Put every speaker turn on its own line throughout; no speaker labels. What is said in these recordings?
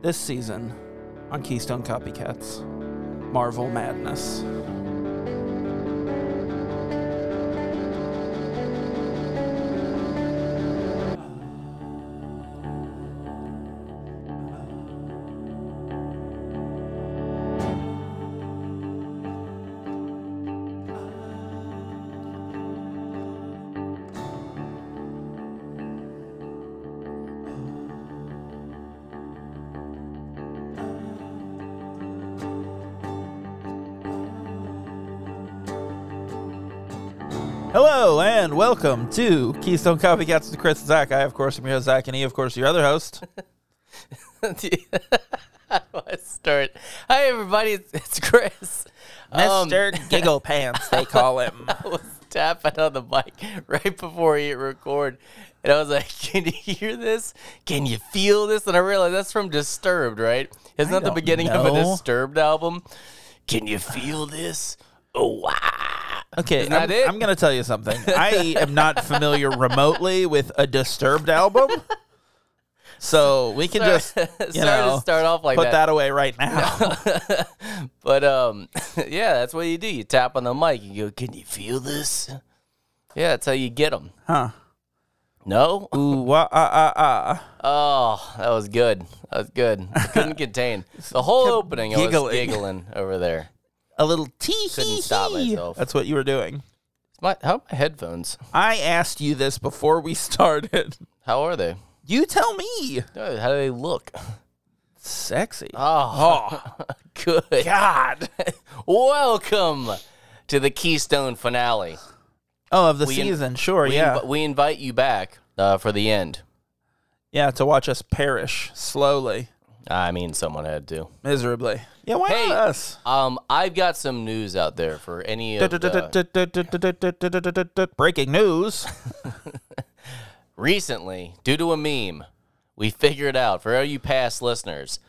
This season on Keystone Copycats Marvel Madness. Hello and welcome to Keystone Copycats with Chris and Zach. I, of course, am your host, Zach, and he, of course, your other host.
How do I start? Hi, everybody. It's, it's Chris. Um,
Giggle Pants, they call him.
I was tapping on the mic right before you hit record, and I was like, "Can you hear this? Can you feel this?" And I realized that's from Disturbed, right? Isn't that the
don't
beginning of a
know.
Disturbed album? Can you feel this? Oh, wow.
Okay,
Isn't that
I'm,
it?
I'm going to tell you something. I am not familiar remotely with a Disturbed album, so we can just
Sorry
you know
to start off like
put that.
that.
away right now.
But um, yeah, that's what you do. You tap on the mic. You go, "Can you feel this?" Yeah, that's how you get them.
Huh?
No.
Ooh, wah, ah, ah, ah.
Oh, that was good. That was good. I couldn't contain the whole opening. I was
giggling.
giggling over there.
A little tee.
Couldn't stop myself.
That's what you were doing.
My, how are my headphones?
I asked you this before we started.
How are they?
You tell me.
Oh, How do they look?
Sexy.
Oh, good.
God.
Welcome to the Keystone finale.
Oh, of the
in-
season. sure.
We,
yeah.
invi- we invite you back uh, for the end.
yeah. To watch us perish slowly,
I mean, someone had to.
miserably. Yeah. Why
Hey.
not us?
Um, I've got some news out there for any of the,
Breaking news.
recently, due to a meme, we figured out for all you past listeners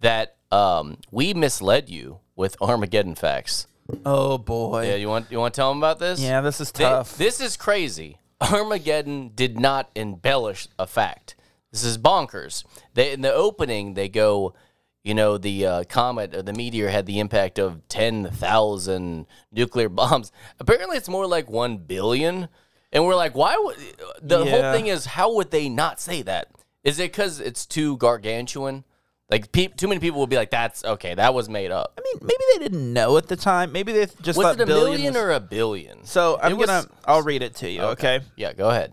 that um, we misled you with Armageddon facts.
Oh
Yeah,
boy.
you want you want to tell them about this?
Yeah, this is
Thi-
tough.
This is crazy. Armageddon did not embellish a fact. This is bonkers. They in the opening they go, you know, the uh, comet or the meteor had the impact of ten thousand nuclear bombs. Apparently, it's more like one billion. And we're like, why would the
Yeah.
whole thing is how would they not say that? Is it because it's too gargantuan? Like pe- too many people will be like, that's okay, that was made up.
I mean, maybe they didn't know at the time. Maybe they just
Was
thought
it a
billions.
million or a billion?
so I'm
It was-
gonna. I'll read it to you. okay.
yeah, go ahead.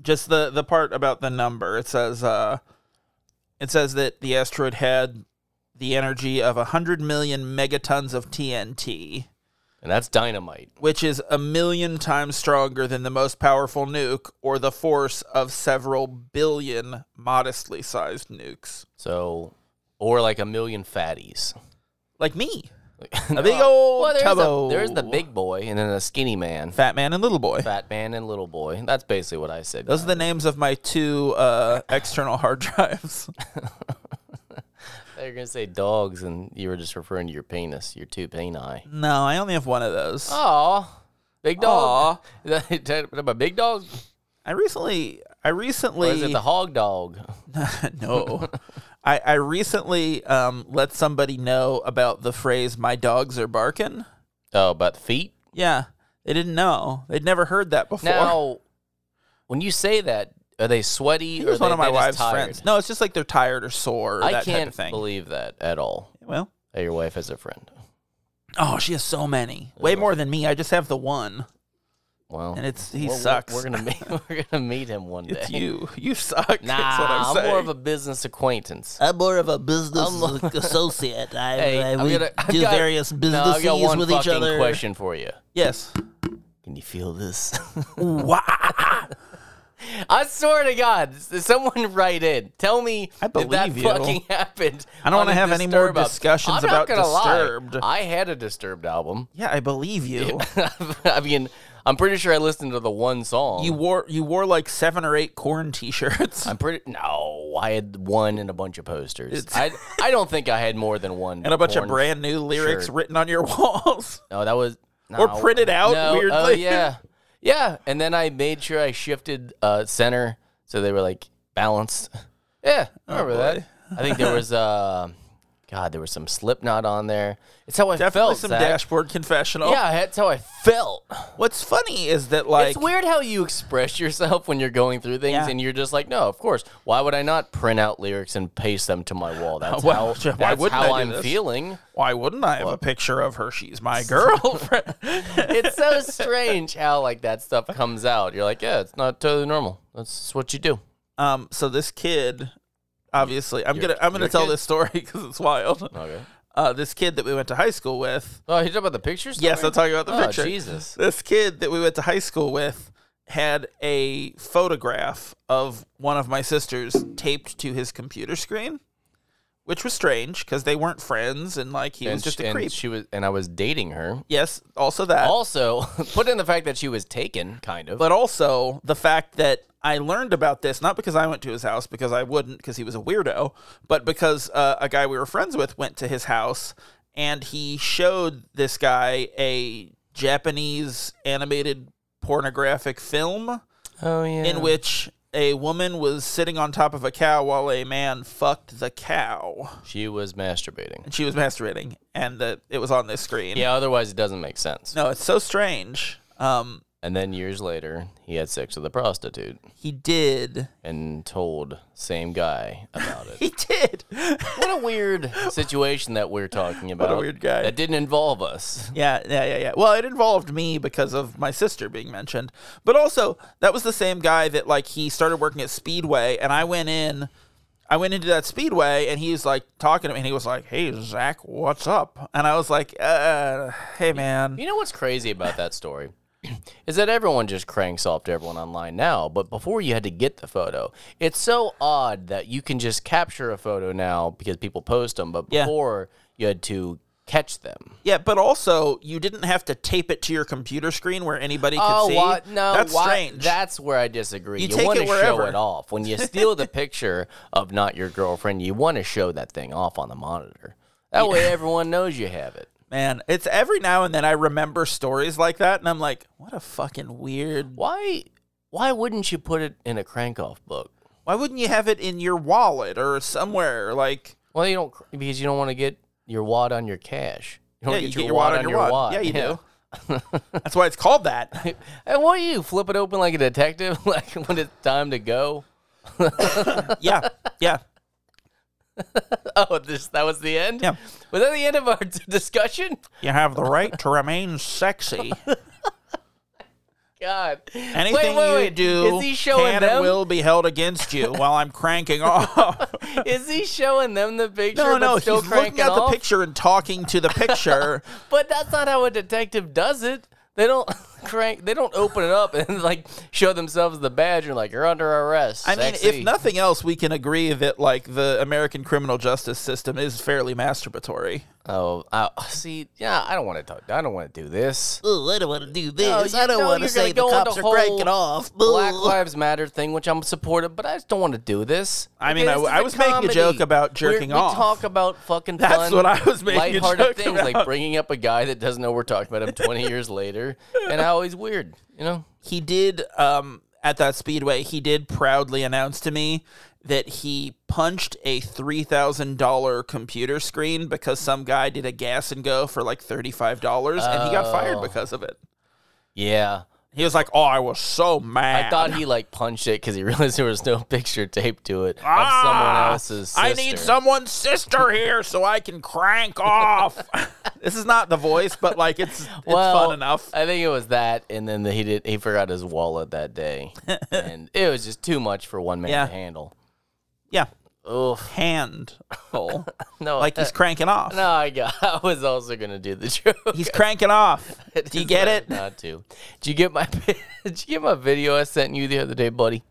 just the the part about the number it says uh it says that the asteroid had the energy of 100 million megatons of TNT
And that's dynamite.
which is a million times stronger than the most powerful nuke or the force of several billion modestly sized nukes
So, or like a million fatties.
like me
A
big old
well, there's,
tubbo.
A, there's the big boy and then a skinny man,
fat man and little boy
fat man and little boy. That's basically what I said.
those are the names of my two uh, external hard drives
They're gonna say dogs, and you were just referring to your penis, your two peni.
no i only have one of those
Oh. Aw, big dog. Is that- is that a big dog?
i recently i recently
Or is it the hog dog?
no. I, I recently um, let somebody know about the phrase "my dogs are barking."
Oh, about the feet.
Yeah, they didn't know. They'd never heard that before.
Now, when you say that, are they sweaty
he
or are
was
they,
one of my
they just
wife's
tired?
friends. No, it's just like they're tired or sore. Or
I
that
can't
type of thing.
believe that at all.
well,
That your wife has a friend.
oh, she has so many, way more than me. I just have the one,
Well,
and it's he
We're- we're-
sucks.
We're, gonna meet. We're gonna meet him one day.
it's you. You suck.
Nah,
That's what I'm,
I'm,
saying. Uh,
more of a business acquaintance.
I'm more of a business
I'm-
associate. I,
Hey,
I
I'm
we
gonna- I've
do
got-
various
No, I
businesses
got one
with
fucking
each other.
question for you.
yes.
Can you feel this?
Wow.
I swear to God, s- someone write in. Tell me
I
if that
believe you.
fucking happened.
I don't
on
wanna
a
have any more
Disturb album.
discussions
I'm not
about
gonna lie.
Disturbed.
I had a disturbed album.
Yeah, I believe you.
I mean, I'm pretty sure I listened to the one song.
You wore you wore like seven or eight corn t-shirts.
I'm pretty no. I had one and a bunch of posters.
It's-
I I don't think I had more than one.
and a bunch
porn
of brand new lyrics
shirt.
written on your walls.
No, that was no,
Or printed out
no, Oh
weirdly.
yeah, yeah. And then I made sure I shifted uh, center so they were like balanced. Yeah, I remember
Oh, boy.
that. I think there was uh, God, there was some Slipknot on there. It's how I
Definitely
felt.
some
Zach.
dashboard confessional.
Yeah, that's how I felt.
What's funny is that like
it's weird how you express yourself when you're going through things,
Yeah.
and you're just like, no, of course. Why would I not print out lyrics and paste them to my wall? That's
Why-
how.
why
That's
wouldn't I
how
do
I'm
this?
feeling.
why wouldn't I have a picture of her? She's my girlfriend.
it's so strange how like that stuff comes out. You're like, yeah, it's not totally normal. That's what you do.
um, so this kid, obviously, I'm
Your-
gonna I'm gonna
your
tell
kid?
this story because it's wild.
Okay.
Uh, this kid that we went to high school with.
Oh, you talking about the pictures?
Yes, I'm talking about the
oh,
picture.
Jesus.
This kid that we went to high school with had a photograph of one of my sisters taped to his computer screen, which was strange because they weren't friends and like he was
And,
just
sh-
a creep.
and she was, and I was dating her.
yes, also that.
Also, put in the fact that she was taken, kind of.
but also the fact that I learned about this not because I went to his house because I wouldn't because he was a weirdo, but because uh, a guy we were friends with went to his house and he showed this guy a Japanese animated pornographic film
oh yeah.
in which a woman was sitting on top of a cow while a man fucked the cow
she was masturbating.
and she was masturbating and that it was on this screen.
Yeah. Otherwise, it doesn't make sense.
No, it's so strange. Um,
And then years later, he had sex with a prostitute
he did.
and told same guy about it.
He did.
what a weird situation that we're talking about.
weird guy.
That didn't involve us.
Yeah, yeah, yeah, yeah. Well, it involved me because of my sister being mentioned, but also that was the same guy that like he started working at Speedway, and I went in, I went into that Speedway, and he was like talking to me, and he was like, "Hey, Zach, what's up?" And I was like, "Uh, hey, man."
You know what's crazy about that story? Is that everyone just cranks off to everyone online now, but before you had to get the photo. It's so odd that you can just capture a photo now because people post them, but
Yeah.
before you had to catch them.
Yeah, but also you didn't have to tape it to your computer screen where anybody could
Oh,
see.
why, no,
that's
why-
strange.
That's where I disagree.
You
You,
take
want
it
to show
wherever.
it off. When you steal the picture of not your girlfriend, you want to show that thing off on the monitor. That way everyone knows you have it.
Man, it's every now and then I remember stories like that, and I'm like, "What a fucking weird."
Why why wouldn't you put it in a crank off book?
Why wouldn't you have it in your wallet or somewhere like?
Well, you don't because you don't want to get your wad on your cash. You don't
Yeah,
get,
you
your,
get your
wad
wad on your wad.
wad.
Yeah, you do. That's why it's called that.
and what do you flip it open like a detective, like when it's time to go?
Yeah, yeah,
Oh, this that was the end.
Yeah.
was that the end of our discussion?
you have the right to remain sexy.
God,
Anything
wait, wait,
you
wait.
do
is he showing
can
them?
and will be held against you while I'm cranking off.
Is he showing them the picture?
no,
but
no,
still
he's looking
cranking
at the
off?
picture and talking to the picture.
But that's not how a detective does it. They don't crank. They don't open it up and like show themselves the badge and like you're under arrest.
I mean,
Sexy.
if nothing else, we can agree that like the American criminal justice system is fairly masturbatory.
Oh, I see, yeah, I don't want to talk. I don't want to do this.
Ooh, I don't want to do this.
you
I don't
know
want
you're
to say
gonna
the
go on
cops
the
are
whole
cranking off. Ooh.
Black Lives Matter thing, which I'm supportive, but I just don't want to do this.
I mean, I-
this is
I was making a
comedy.
joke about
We're-
jerking
we
off.
talk about fucking
That's
fun,
what I was making a
lighthearted
joke
things like
about.
bringing up a guy that doesn't know we're talking about him 20 years later, and how he's weird. You know,
he did um at that speedway he did proudly announce to me that he punched a $3000 computer screen because some guy did a gas and go for like $35 and he got
Oh.
fired because of it
yeah.
he was like oh i was so
I
mad
thought he like punched it because he realized there was no picture taped to it of someone
Ah,
else's.
i need
sister.
someone's sister here so i can crank off this is not the voice but like it's it's fun enough
I think it was that, and then the, he did. He forgot his wallet that day, and it was just too much for one man
Yeah.
to handle.
yeah
Oof.
hand hole
No,
like he's cranking off
no, I got. I was also gonna do the joke.
he's cranking off do you get it
Decided Not to. Did you get my? Did you get my video I sent you the other day, buddy?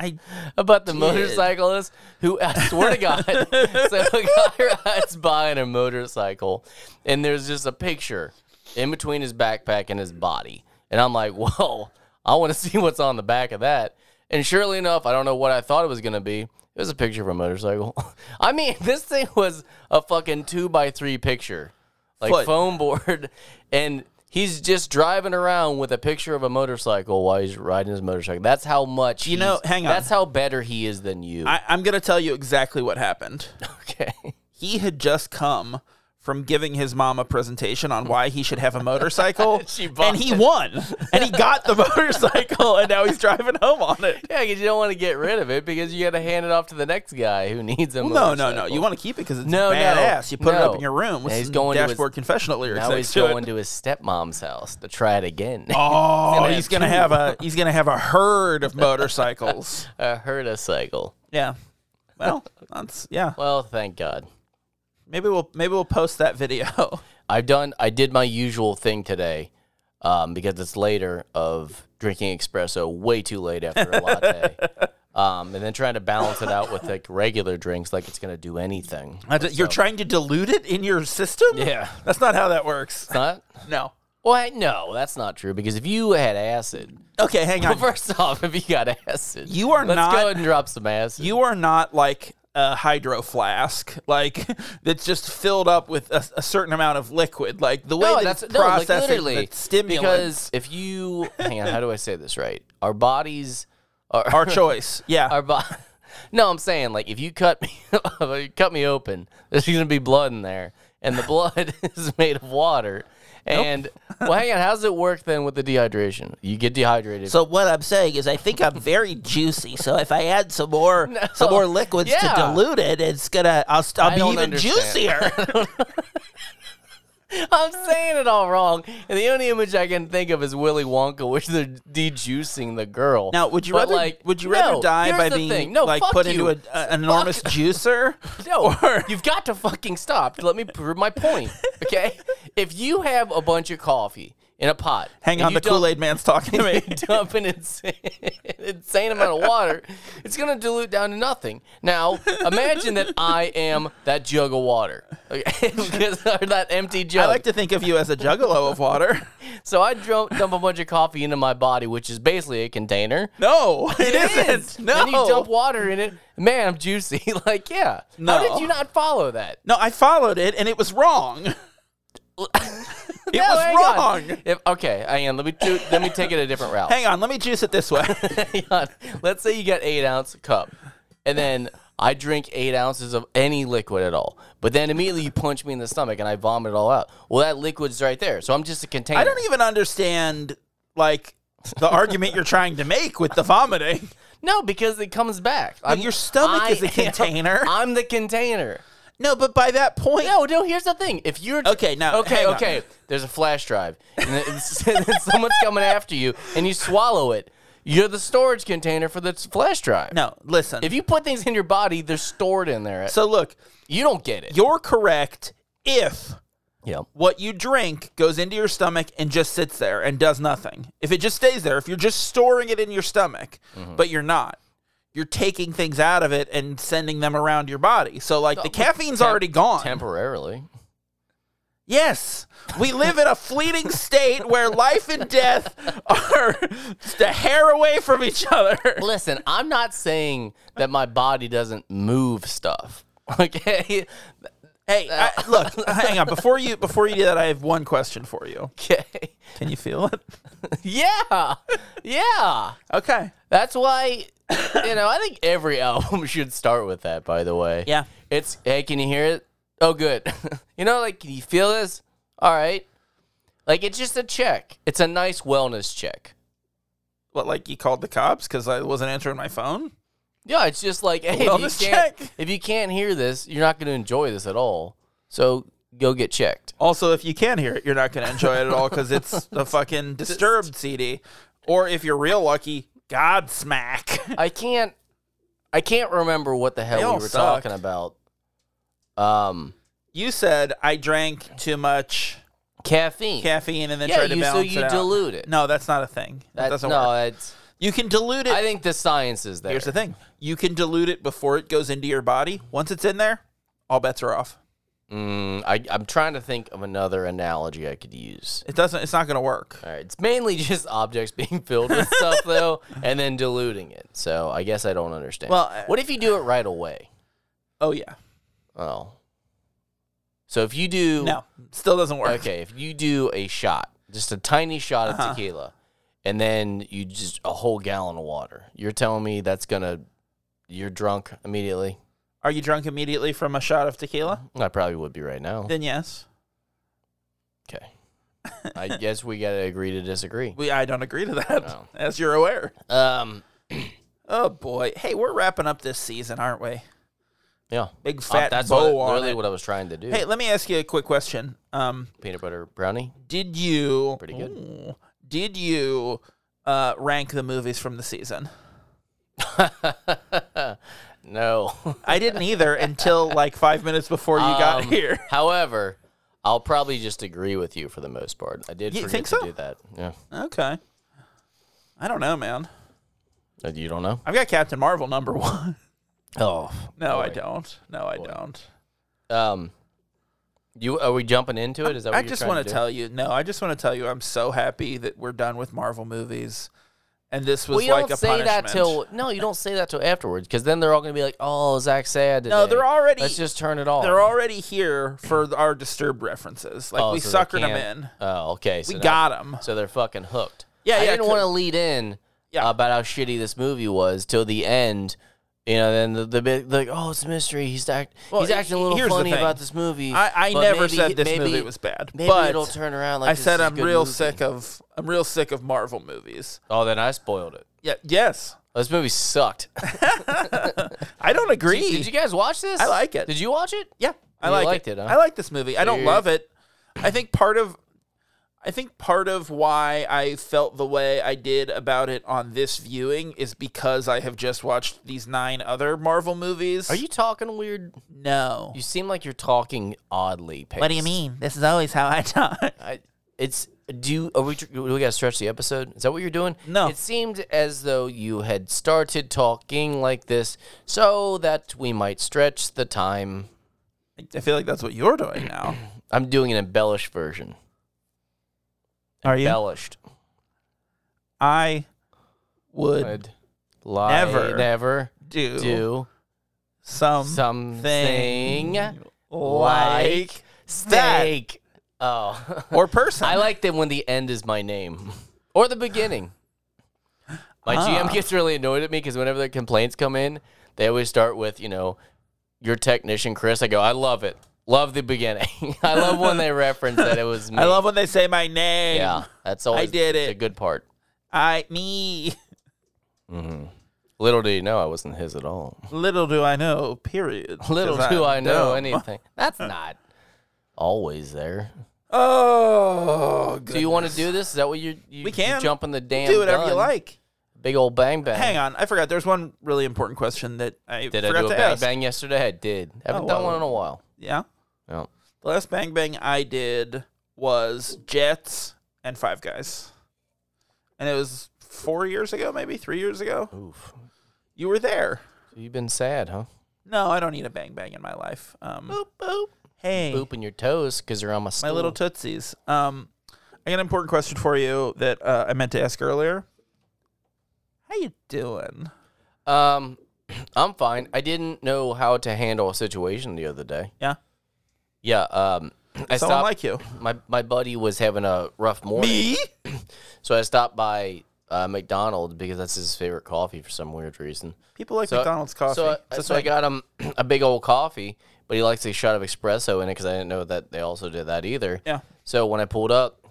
I
about the motorcyclist who I swear to God, so a guy rides by on a motorcycle, and there's just a picture in between his backpack and his body, and I'm like, whoa, I want to see what's on the back of that. And surely enough, I don't know what I thought it was gonna be. It was a picture of a motorcycle. I mean, this thing was a fucking two by three picture, like
Foot.
foam board, and He's just driving around with a picture of a motorcycle while he's riding his motorcycle. That's how much
You know,
he's-
hang on.
That's how better he is than you.
I, I'm going to tell you exactly what happened.
okay.
He had just come from giving his mom a presentation on why he should have a motorcycle,
She bought
and he
it.
won. And he got the motorcycle, and now he's driving home on it.
Yeah, because you don't want to get rid of it because you got to hand it off to the next guy who needs a
No,
motorcycle.
no, no. You want to keep it because it's
No, no,
badass. you put it up
no.
in your room with
Now he's
some
going to his-
dashboard confessional lyrics.
Now
next
he's
to it.
going to his stepmom's house to try it again.
Oh, he's
he's
gonna
gonna
have a he's gonna have a herd of motorcycles.
a herda cycle.
yeah. Well, that's yeah.
Well, thank God.
Maybe we'll maybe we'll post that video.
I've done. I did my usual thing today, um, because it's later of drinking espresso way too late after a latte, um, and then trying to balance it out with like regular drinks, like it's gonna do anything.
I d- You're trying to dilute it in your system.
Yeah.
that's not how that works.
Not.
No.
Well, I- no, that's not true because if you had acid,
Okay, hang on.
first off, if you got acid,
You are
let's
not-
go ahead and drop some acid.
you are not like a hydro flask, like that's just filled up with a, a certain amount of liquid. Like the way
no,
that
that's
it's
no, like
processing
literally
the stimulant,
because if you hang on, how do I say this right? Our bodies are
our choice. Yeah,
our bo- No, I'm saying like if you cut me if you cut me open, there's gonna be blood in there, and the blood is made of water. And well, hang on, how does it work then with the dehydration? You get dehydrated.
So what I'm saying is, I think I'm very juicy. So if I add some more, some more liquids
Yeah.
to dilute it, it's gonna, I'll, st- I'll
I
be
don't
even
understand.
juicier.
I'm saying it all wrong, and the only image I can think of is Willy Wonka, which they're dejuicing the girl.
Now, would you
But,
rather
like,
would you
no,
rather die
here's
by
the
being
thing. No,
like
fuck
put
you.
into a, a- an enormous juicer?
No,
Or-
you've got to fucking stop. Let me prove my point, okay? If you have a bunch of coffee in a pot,
Hang
and
on,
you
the
dump-
Kool Aid man's talking to me.
you dump an insane, insane amount of water, it's going to dilute down to nothing. Now, imagine that I am that jug of water, okay? Because- or that empty jug.
I like to think of you as a juggalo of water.
so I dump, dump a bunch of coffee into my body, which is basically a container.
No, it
It is.
isn't. No,
Then you dump water in it. Man, I'm juicy. like, yeah.
No.
How did you not follow that?
no, I followed it and it was wrong. it
No,
was
hang on.
wrong.
If, okay, hang on. Let me do, let me take it a different route.
Hang on, let me juice it this way.
Hang on. Let's say you got eight ounce cup, and then I drink eight ounces of any liquid at all. But then immediately you punch me in the stomach, and I vomit it all out. Well, that liquid's right there, so I'm just a container.
I don't e- even understand like the argument you're trying to make with the vomiting.
no, because it comes back. I'm-
your stomach is a
am-
container.
I'm the container.
No, but by that point,
No, no. Here's the thing. If you're
Okay, now,
okay,
hang on.
okay. There's a flash drive, and then it's- and then someone's coming after you, and you swallow it. You're the storage container for the flash drive.
no, listen.
If you put things in your body, they're stored in there.
so look,
You don't get it.
you're correct if
Yeah.
what you drink goes into your stomach and just sits there and does nothing. If it just stays there, if you're just storing it in your stomach, but you're not, you're taking things out of it and sending them around your body. So, like, the caffeine's
temp-
already gone.
Temporarily.
yes, we live in a fleeting state where life and death are just a hair away from each other.
Listen, I'm not saying that my body doesn't move stuff. Okay.
Hey, I, look, hang on. Before you before you do that, I have one question for you.
Okay.
Can you feel it?
Yeah. Yeah.
Okay.
That's why you know, I think every album should start with that, by the way.
Yeah.
It's hey, can you hear it? Oh good. you know, like can you feel this? All right. Like it's just a check. It's a nice wellness check.
What, like you called the cops because I wasn't answering my phone?
Yeah, it's just like hey, if you,
wellness
can't,
check.
if you can't hear this, you're not going to enjoy this at all. So go get checked.
Also, if you can hear it, you're not going to enjoy it at all because it's a fucking disturbed CD. Or if you're real lucky, Godsmack.
I can't I can't remember what the hell
all
we were
suck.
talking about. Um
You said I drank too much
caffeine.
caffeine and then
Yeah,
tried to
you- so
balance
you
it out.
dilute it.
No, that's not a thing. That,
That-
doesn't
no,
work.
it's
You can dilute it.
I think the science is there.
Here's the thing: you can dilute it before it goes into your body. Once it's in there, all bets are off.
Mm, I, I'm trying to think of another analogy I could use.
It doesn't. It's not going to work.
All right, it's mainly just objects being filled with stuff though, and then diluting it. So I guess I don't understand.
Well, uh,
what if you do it right away?
Oh yeah.
Oh, so if you do
No, still doesn't work.
okay, if you do a shot, just a tiny shot
Uh-huh.
of tequila, and then you just a whole gallon of water. You're telling me that's gonna you're drunk immediately?
Are you drunk immediately from a shot of tequila?
I probably would be right now.
Then yes.
Okay, I guess we gotta agree to disagree.
We I don't agree to that,
No.
as you're aware.
Um,
Oh boy. Hey, we're wrapping up this season, aren't we?
yeah, Uh,
Big fat
that's
bow
what,
on
really
it.
what I was trying to do.
Hey, let me ask you a quick question. Um,
Peanut butter brownie,
did you
pretty good.
Ooh. did you uh, rank the movies from the season?
no.
I didn't either until like five minutes before you got
Um,
here.
However, I'll probably just agree with you for the most part. I did
You
forget
think
to
so?
do that. Yeah.
Okay. I don't know, man.
Uh, You don't know?
I've got Captain Marvel number one.
Oh.
No, I
boy.
don't. No, I don't.
Um you are we jumping into it? Is that what
I
you're
just
trying
want
to
to
do?
tell you. No, I just want to tell you. I'm so happy that we're done with Marvel movies, and this was
Well, you
like
don't
a
say
punishment.
that till no, you don't say that till afterwards because then they're all gonna be like, "Oh, Zach sad." Today.
they're already-
Let's just turn it off.
They're already here for th- our disturbed references. Like
Oh,
we
so they
suckered them
can't-
in.
Oh, okay. So
We
now-
got 'em. got them.
So they're fucking hooked.
Yeah,
I
yeah,
didn't
could-
want to lead in uh,
Yeah.
about how shitty this movie was till the end. You know, then the the bit like, oh, it's a mystery. He's act,
Well,
he's acting a
here's the
little funny
thing.
about this movie.
I, I
but
never
maybe-
said this
maybe-
movbe was bad,
Maybe
but
it'll turn around. Like
I
this
said
is a
I'm
good
real
movie.
sick of I'm real sick of Marvel movies.
Oh, then I spoiled it.
Yeah, yes,
This movie sucked.
I don't agree.
Did you guys watch this?
I like it.
Did you watch it?
Yeah, I
You
like
liked
it.
it, huh?
I like this movie. I don't
Dude.
love it. I think part of, I think part of why I felt the way I did about it on this viewing is because I have just watched these nine other Marvel movies.
Are you talking weird?
No.
You seem like you're talking oddly. Paced.
What do you mean? This is always how I talk.
I, it's do you, are we do we gotta stretch the episode? Is that what you're doing?
No.
It seemed as though you had started talking like this so that we might stretch the time.
I feel like that's what you're doing now.
I'm doing an embellished version.
Are you?
Embellished.
I would
I'd lie,
Never
never
do,
do
some
something
like that.
steak. Oh,
or person.
I like them when the end is my name or the beginning. My
Ah.
GM gets really annoyed at me because whenever the complaints come in, they always start with, you know, your technician, Chris. I go, I love it. Love the beginning. I love when they reference that it was me.
I love when they say my name.
Yeah, that's always
did
the
it.
good part.
I me.
Little do you know, I wasn't his at all.
Little do I know. Period.
Little
'Cause
do
I'm
I know
dumb.
anything. That's not always there.
Oh, good.
Do you want to do this? Is that what you? you
We can.
you jump in the damn.
do whatever you
gun.
like.
Big old bang bang.
Hang on, I forgot. There's one really important question that I
Did I
forgot
do a
to
bang
ask.
bang yesterday? I did. Haven't
Oh,
done
well.
one in a while.
Yeah,
No.
the last bang bang I did was Jets and Five Guys, and it was four years ago, maybe three years ago.
Oof.
You were there.
You've been sad, huh?
No, I don't need a bang bang in my life. Um, boop boop. Hey,
Booping your toes because you're on my
my little tootsies. Um, I got an important question for you that uh, I meant to ask earlier. How you doing?
um, I'm fine. I didn't know how to handle a situation the other day.
Yeah,
Yeah. Um, I
someone
stopped.
like you.
my my buddy was having a rough morning, so I stopped by uh, McDonald's because that's his favorite coffee for some weird reason.
People like McDonald's coffee.
So, I-
It's a
so I
thing.
got him a big old coffee, but he likes a shot of espresso in it because I didn't know that they also did that either.
Yeah.
So when I pulled up,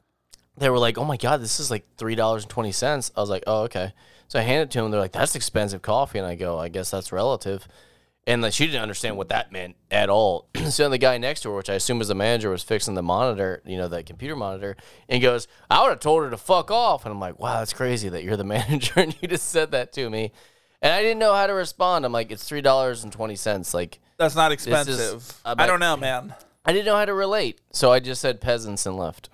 they were like, "Oh my god, this is like three dollars and twenty cents." I was like, "Oh okay." So I handed it to him. They're like, "That's expensive coffee," and I go, "I guess that's relative." And like she didn't understand what that meant at all. so then the guy next to her, which I assume was the manager, was fixing the monitor, you know, that computer monitor, and goes, "I would have told her to fuck off." And I'm like, "Wow, that's crazy that you're the manager and you just said that to me." And I didn't know how to respond. I'm like, "It's three dollars and twenty cents." Like
That's not
is
expensive. I
about-
don't know, man.
I didn't know how to relate, so I just said peasants and left.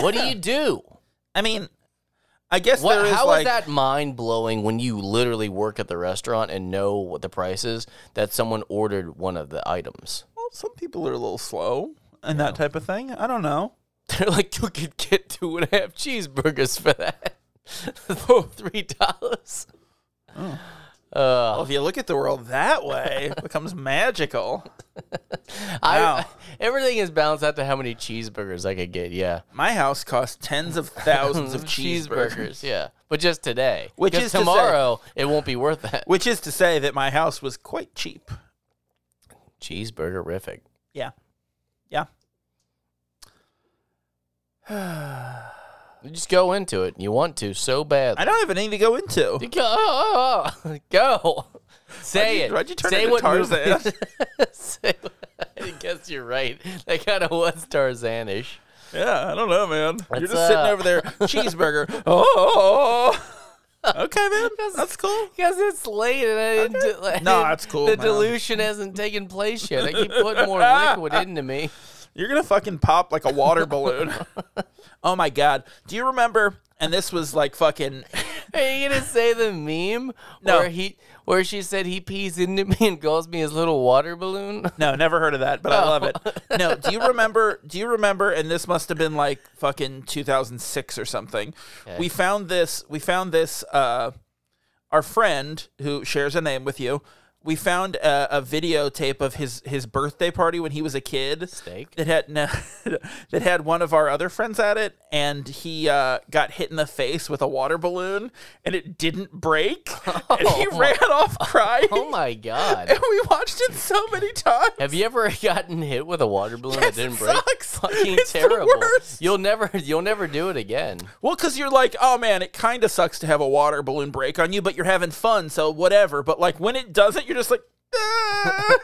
what do you do?
I mean, I guess
What,
there is
how is
like
that mind blowing when you literally work at the restaurant and know what the price is that someone ordered one of the items?
well, some people are a little slow and that type of thing. I don't know.
They're like, you could get two and a half cheeseburgers for that for three dollars. Uh.
Well, if you look at the world that way, it becomes magical.
I,
Wow.
everything is balanced out to how many cheeseburgers I could get. Yeah,
My house costs tens of thousands of cheeseburgers.
Yeah, but just today,
Which
'Cause
is to say-
tomorrow, it won't be worth that.
Which is to say that my house was quite cheap.
Cheeseburger rific.
Yeah. Yeah.
You just go into it. You want to so bad.
I don't have anything to go into.
You Go, oh, go. Say it.
Why'd you turn
Say
into
what
Tarzan?
movie- Say what- I guess you're right. That kind of was Tarzanish.
Yeah, I don't know, man. You're
That's,
just sitting
uh,
over there, cheeseburger. Oh, okay, man. That's cool.
Because it's late and I didn't. do- I
Nah,
didn't-
it's cool,
The
man.
dilution hasn't taken place yet. I keep putting more liquid into me.
You're gonna fucking pop like a water balloon. oh my god. Do you remember? And this was like fucking.
Are you gonna say the meme
No.
where he, where she said he pees into me and calls me his little water balloon?
No, never heard of that, but
Oh.
I love it. No, do you remember? Do you remember? And this must have been like fucking 2006 or something. We found this. We found this. Uh, our friend who shares a name with you. We found a, a videotape of his his birthday party when he was a kid.
Steak?
that had no, that had one of our other friends at it, and he uh, got hit in the face with a water balloon, and it didn't break, and he ran off crying.
Oh my god!
And we watched it so many times.
Have you ever gotten hit with a water balloon
Yes,
that didn't
it
break?
sucks.
Fucking
It's the
terrible.
worst.
You'll never you'll never do it again.
Well, because you're like, oh man, it kind of sucks to have a water balloon break on you, but you're having fun, so whatever. But like when it doesn't, you're just like, "Ah."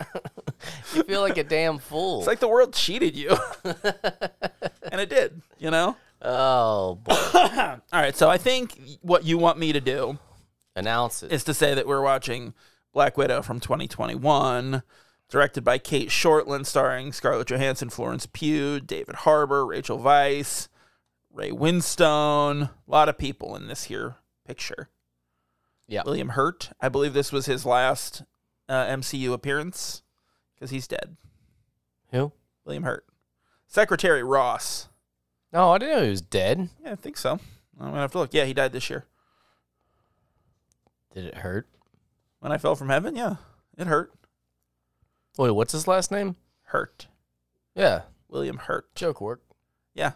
You feel like a damn fool.
it's like the world cheated you, and it did, you know.
oh boy.
All right, so I think what you want me to do
Announce it.
is to say that we're watching Black Widow from 2021, directed by Kate Shortland, starring Scarlett Johansson, Florence Pugh, David Harbour, Rachel Weisz, Ray Winstone, a lot of people in this here picture.
Yeah.
William Hurt. I believe this was his last uh, MCU appearance because he's dead.
Who?
William Hurt. Secretary Ross.
No, I didn't know he was dead.
Yeah, I think so. I'm gonna have to look. Yeah, he died this year.
Did it hurt?
When I fell from heaven, yeah, it hurt.
Wait, what's his last name?
Hurt.
Yeah,
William Hurt.
joke work.
Yeah.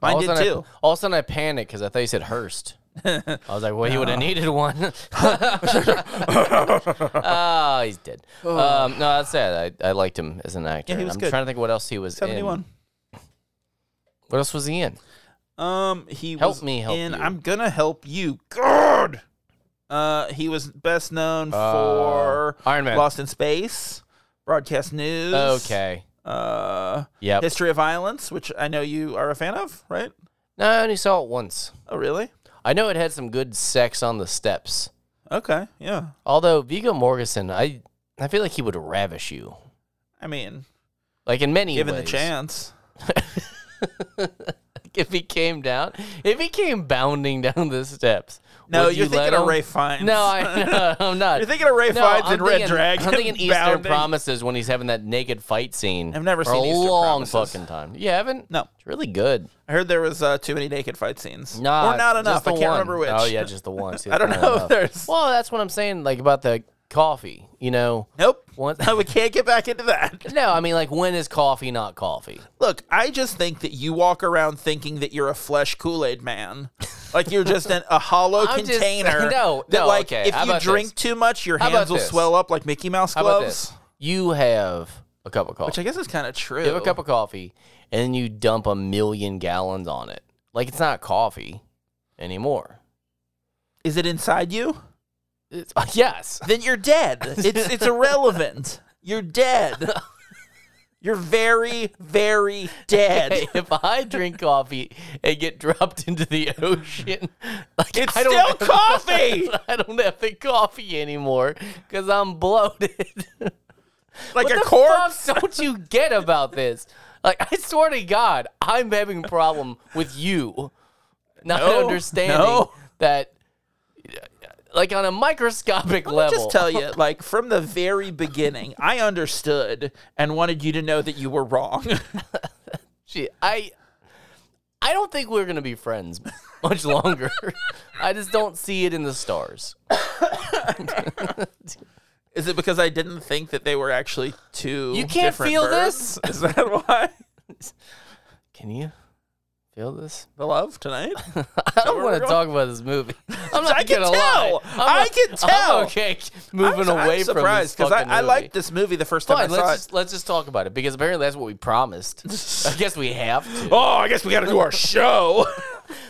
Mine
all of
did
a sudden I-
too.
all of a sudden I panicked because I thought you said Hurst. I was like, well, he would have needed one. oh, he's dead. Um, no, that's sad. I, I liked him as an actor.
Yeah, he was
I'm
good.
trying to think what else he was in.
71.
What else was he in?
Um, he
Help
was
me help
in
you.
I'm gonna help you. God. Uh, he was best known for
Uh, Iron Man.
Lost in Space, Broadcast News.
Okay.
Uh,
Yep.
History of Violence, which I know you are a fan of, right?
no, I only saw it once.
Oh, really?
I know it had some good sex on the steps.
Okay, yeah.
Although Vigo Mortensen, I I feel like he would ravish you,
I mean,
like in many
given
ways.
the chance.
if he came down, if he came bounding down the steps.
No,
would
you're
you let
thinking of
him?
Ray Fiennes.
No, I, no, I'm not.
You're thinking of Ray
no,
Fiennes
I'm
in Red
thinking-
Dragon,
I'm thinking Eastern
bounding.
Promises when he's having that naked fight scene.
I've never
for
seen
a
Eastern
long
Promises.
fucking time. You haven't?
No.
it's really good.
I heard there was uh, too many naked fight scenes.
Nah,
or not
just
enough.
the
I can't
one.
remember which.
Oh yeah, just the one. See,
I don't
that's
know
not
if
enough.
there's-
Well, that's what I'm saying. Like about the coffee, you know.
Nope.
Once-
we can't get back into that.
No, I mean like when is coffee not coffee?
Look, I just think that you walk around thinking that you're a flesh Kool Aid man. Like you're just an, a hollow
I'm just-
container.
no,
that
no,
like
okay,
if
how
you
about
drink
this?
too much, your
How about
hands will
this?
swell up like Mickey Mouse
How
gloves.
about this? You have a cup of coffee.
Which I guess is kind of true.
you have a cup of coffee, and then you dump a million gallons on it. Like it's not coffee anymore.
is it inside you?
It's, yes.
Then you're dead. It's it's irrelevant. You're dead. You're very very dead.
Hey, if I drink coffee and get dropped into the ocean, like
It's
I don't
still
have-
coffee!
I don't have the coffee anymore because I'm bloated.
Like a
the
corpse.
fuck don't you get about this? Like I swear to God, I'm having a problem with you not
No,
understanding
no.
that, like on a microscopic
Let me
level.
just tell you, like from the very beginning, I understood and wanted you to know that you were wrong.
Gee, I I don't think we're gonna be friends much longer. I just don't see it in the stars.
Is it because I didn't think that they were actually two?
You can't
different
feel
birds? Is that why
Can you feel this?
the love tonight?
I don't
where
want
we're
to
going?
talk about this movie. I'm not
I can
gonna lie.
tell.
I'm
I
o-
can
I'm
tell.
okay, moving
I'm,
away
I'm
from
surprised
because
I, I liked this movie the first time
Fine,
I saw
let's
it.
just, let's just talk about it because apparently that's what we promised. I guess we have to.
Oh, I guess we got to do our show.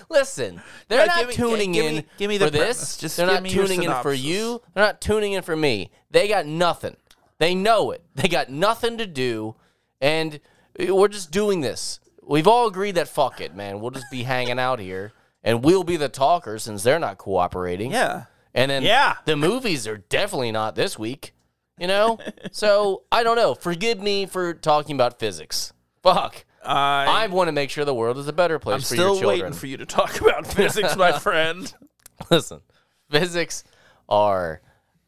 Listen, they're
Yeah,
not
give me-
tuning
give
in
me- give me the
for this.
premise. Just
they're
give
not
me your
tuning in for
synopsis.
you. They're not tuning in for me. They got nothing. They know it. They got nothing to do, and we're just doing this. We've all agreed that fuck it, man. We'll just be hanging out here, and we'll be the talkers since they're not cooperating.
yeah.
And then
Yeah.
the movies are definitely not this week, you know? so I don't know. Forgive me for talking about physics. Fuck.
I,
I want to make sure the world is a better place
I'm
for
still
your children.
waiting for you to talk about physics, my friend.
Listen, physics are.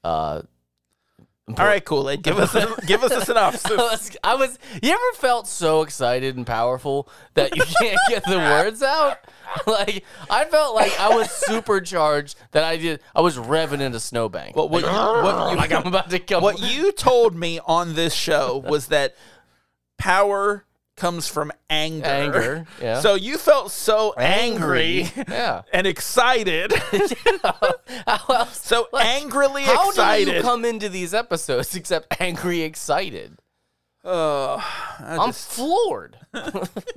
Uh,
All right, Kool Aid, give us a, give us a synopsis.
I was. You ever felt so excited and powerful that you can't get the words out? Like I felt like I was supercharged. That I did. I was revving into snowbank.
But what, you- what you-
like I'm about to come.
what you told me on this show was that power comes from anger.
Anger, yeah.
So you felt so angry,
Yeah.
and excited. so angrily
How do you
excited.
come into these episodes except angry, excited?
I
I'm
just-
floored, and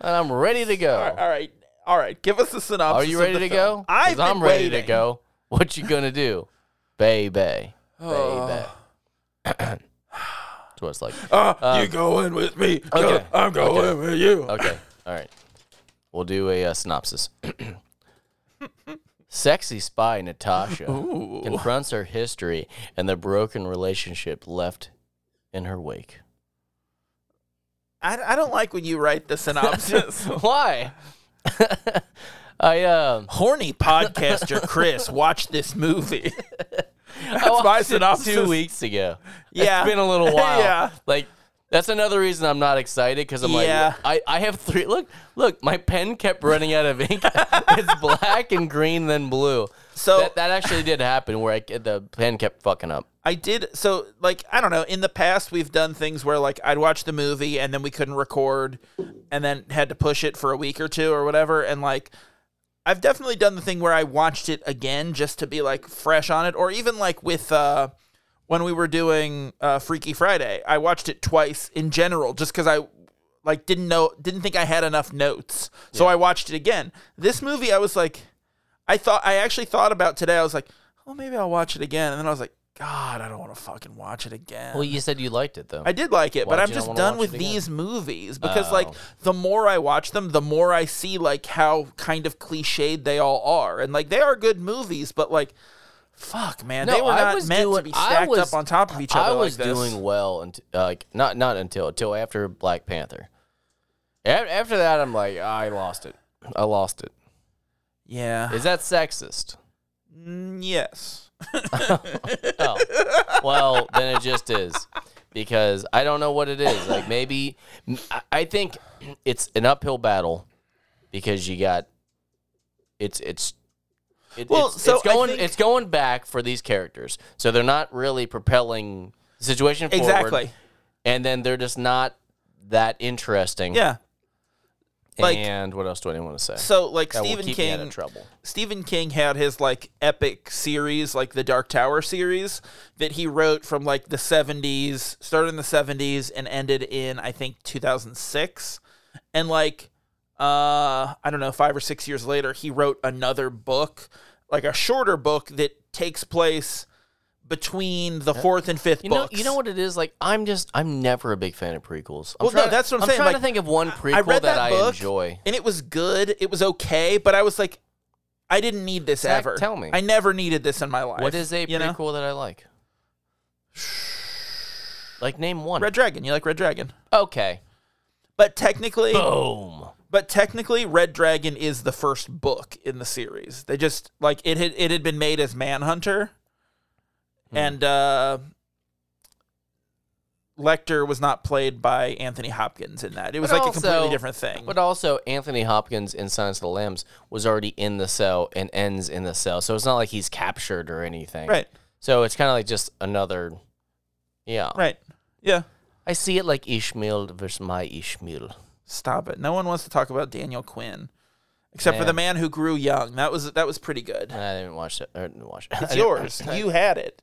I'm ready to go.
all right, all right. Give us a synopsis.
Are you
of
ready
the
to
film.
go?
I've
'Cause I'm
been
ready to
waiting.
go. What you gonna do, baby? Baby. That's what it's like.
Ah, you going with me? Go-
Uh, okay.
I'm going with you.
Okay. All right. We'll do a uh, synopsis. Sexy spy Natasha confronts her history and the broken relationship left in her wake.
I, I don't like when you write the synopsis.
Why? I um
Horny podcaster Chris watched this movie.
I watched
my
it two
synopsis.
weeks ago.
Yeah.
it's been a little while.
Yeah.
like that's another reason I'm not excited because I'm
Yeah.
like, I, I have three. Look, look, my pen kept running out of ink. it's black and green, then blue.
So-
that, that actually did happen where I the pen kept fucking up.
I did so like I don't know. In the past, we've done things where like I'd watch the movie and then we couldn't record, and then had to push it for a week or two or whatever. And like I've definitely done the thing where I watched it again just to be like fresh on it, or even like with uh, when we were doing uh, Freaky Friday, I watched it twice in general just because I like didn't know didn't think I had enough notes, so I watched it again. This movie, I was like. I thought I actually thought about today. I was like, oh, maybe I'll watch it again, and then I was like, God, I don't want to fucking watch it again.
Well, you said you liked it though.
I did like it,
Why'd
but I'm
you not
just
wanna
done
watch
with
it again? Oh.
these movies because, like, the more I watch them, the more I see like how kind of cliched they all are, and like they are good movies, but like, fuck, man,
No,
they were
I
not
was
meant
doing-
to be
I
stacked
was-
up on top of each
I
other.
was
like this.
doing well until like not not until until after Black Panther. A- After that, I'm like, I lost it. I lost it.
yeah,
Is that sexist?
Mm, yes.
Oh. Well, then it just is because I don't know what it is. Like maybe I- I think it's an uphill battle because you got it's it's it,
Well,
it's,
so
it's going
I think-
it's going back for these characters. So they're not really propelling the situation forward.
Exactly.
And then they're just not that interesting.
Yeah. like-
and what else do I want to say?
So like
That will
Stephen
keep me out
King
of trouble.
Stephen King had his like epic series, like the Dark Tower series, that he wrote from like the 70s, started in the 70s and ended in I think 2006. And like uh I don't know, 5 or 6 years later, he wrote another book, like a shorter book that takes place between the fourth and fifth
You know,
books.
you know what it is like. I'm just, I'm never a big fan of prequels. I'm
Well, no,
trying to-
that's what I'm saying,
trying to
like,
think of one prequel
I read that,
I
book
enjoy.
and it was good. It was okay, but I was like, I didn't need this
Zach,
ever.
tell me.
I never needed this in my life.
What is a
you know?
prequel that I like? Like name one.
Red Dragon. You like Red Dragon?
okay.
But technically,
Boom.
but technically, Red Dragon is the first book in the series. They just like it had it had been made as Manhunter,
Hmm.
and uh, Lecter was not played by Anthony Hopkins in that. It was
But
like a completely
also-
different thing.
But also, Anthony Hopkins in Silence of the Lambs was already in the cell and ends in the cell, so it's not like he's captured or anything.
Right.
So it's kind of like just another. Yeah.
Right. Yeah.
I see it like Ishmael versus my Ishmael.
Stop it. No one wants to talk about Daniel Quinn, except for
Man.
the man who grew young. That was that was pretty good.
I didn't watch it. Or didn't watch it. I
It's
didn't-
yours. you had it.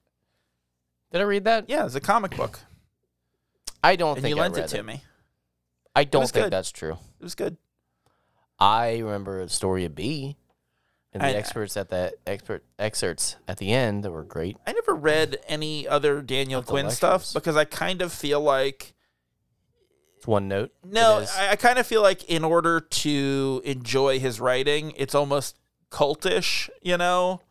Did I read that?
Yeah, it's a comic book,
I don't
and
think
you
I
lent
read
it to me.
I don't
was
think
good.
that's true.
It was good.
I remember the story of B, and the
I-
experts at the expert excerpts at the end that were great.
I never read any other Daniel
Not the
Quinn stuff
lectures.
because I kind of feel like
It's one note. It
No,
is.
I, I kind of feel like in order to enjoy his writing, it's almost cultish, you know?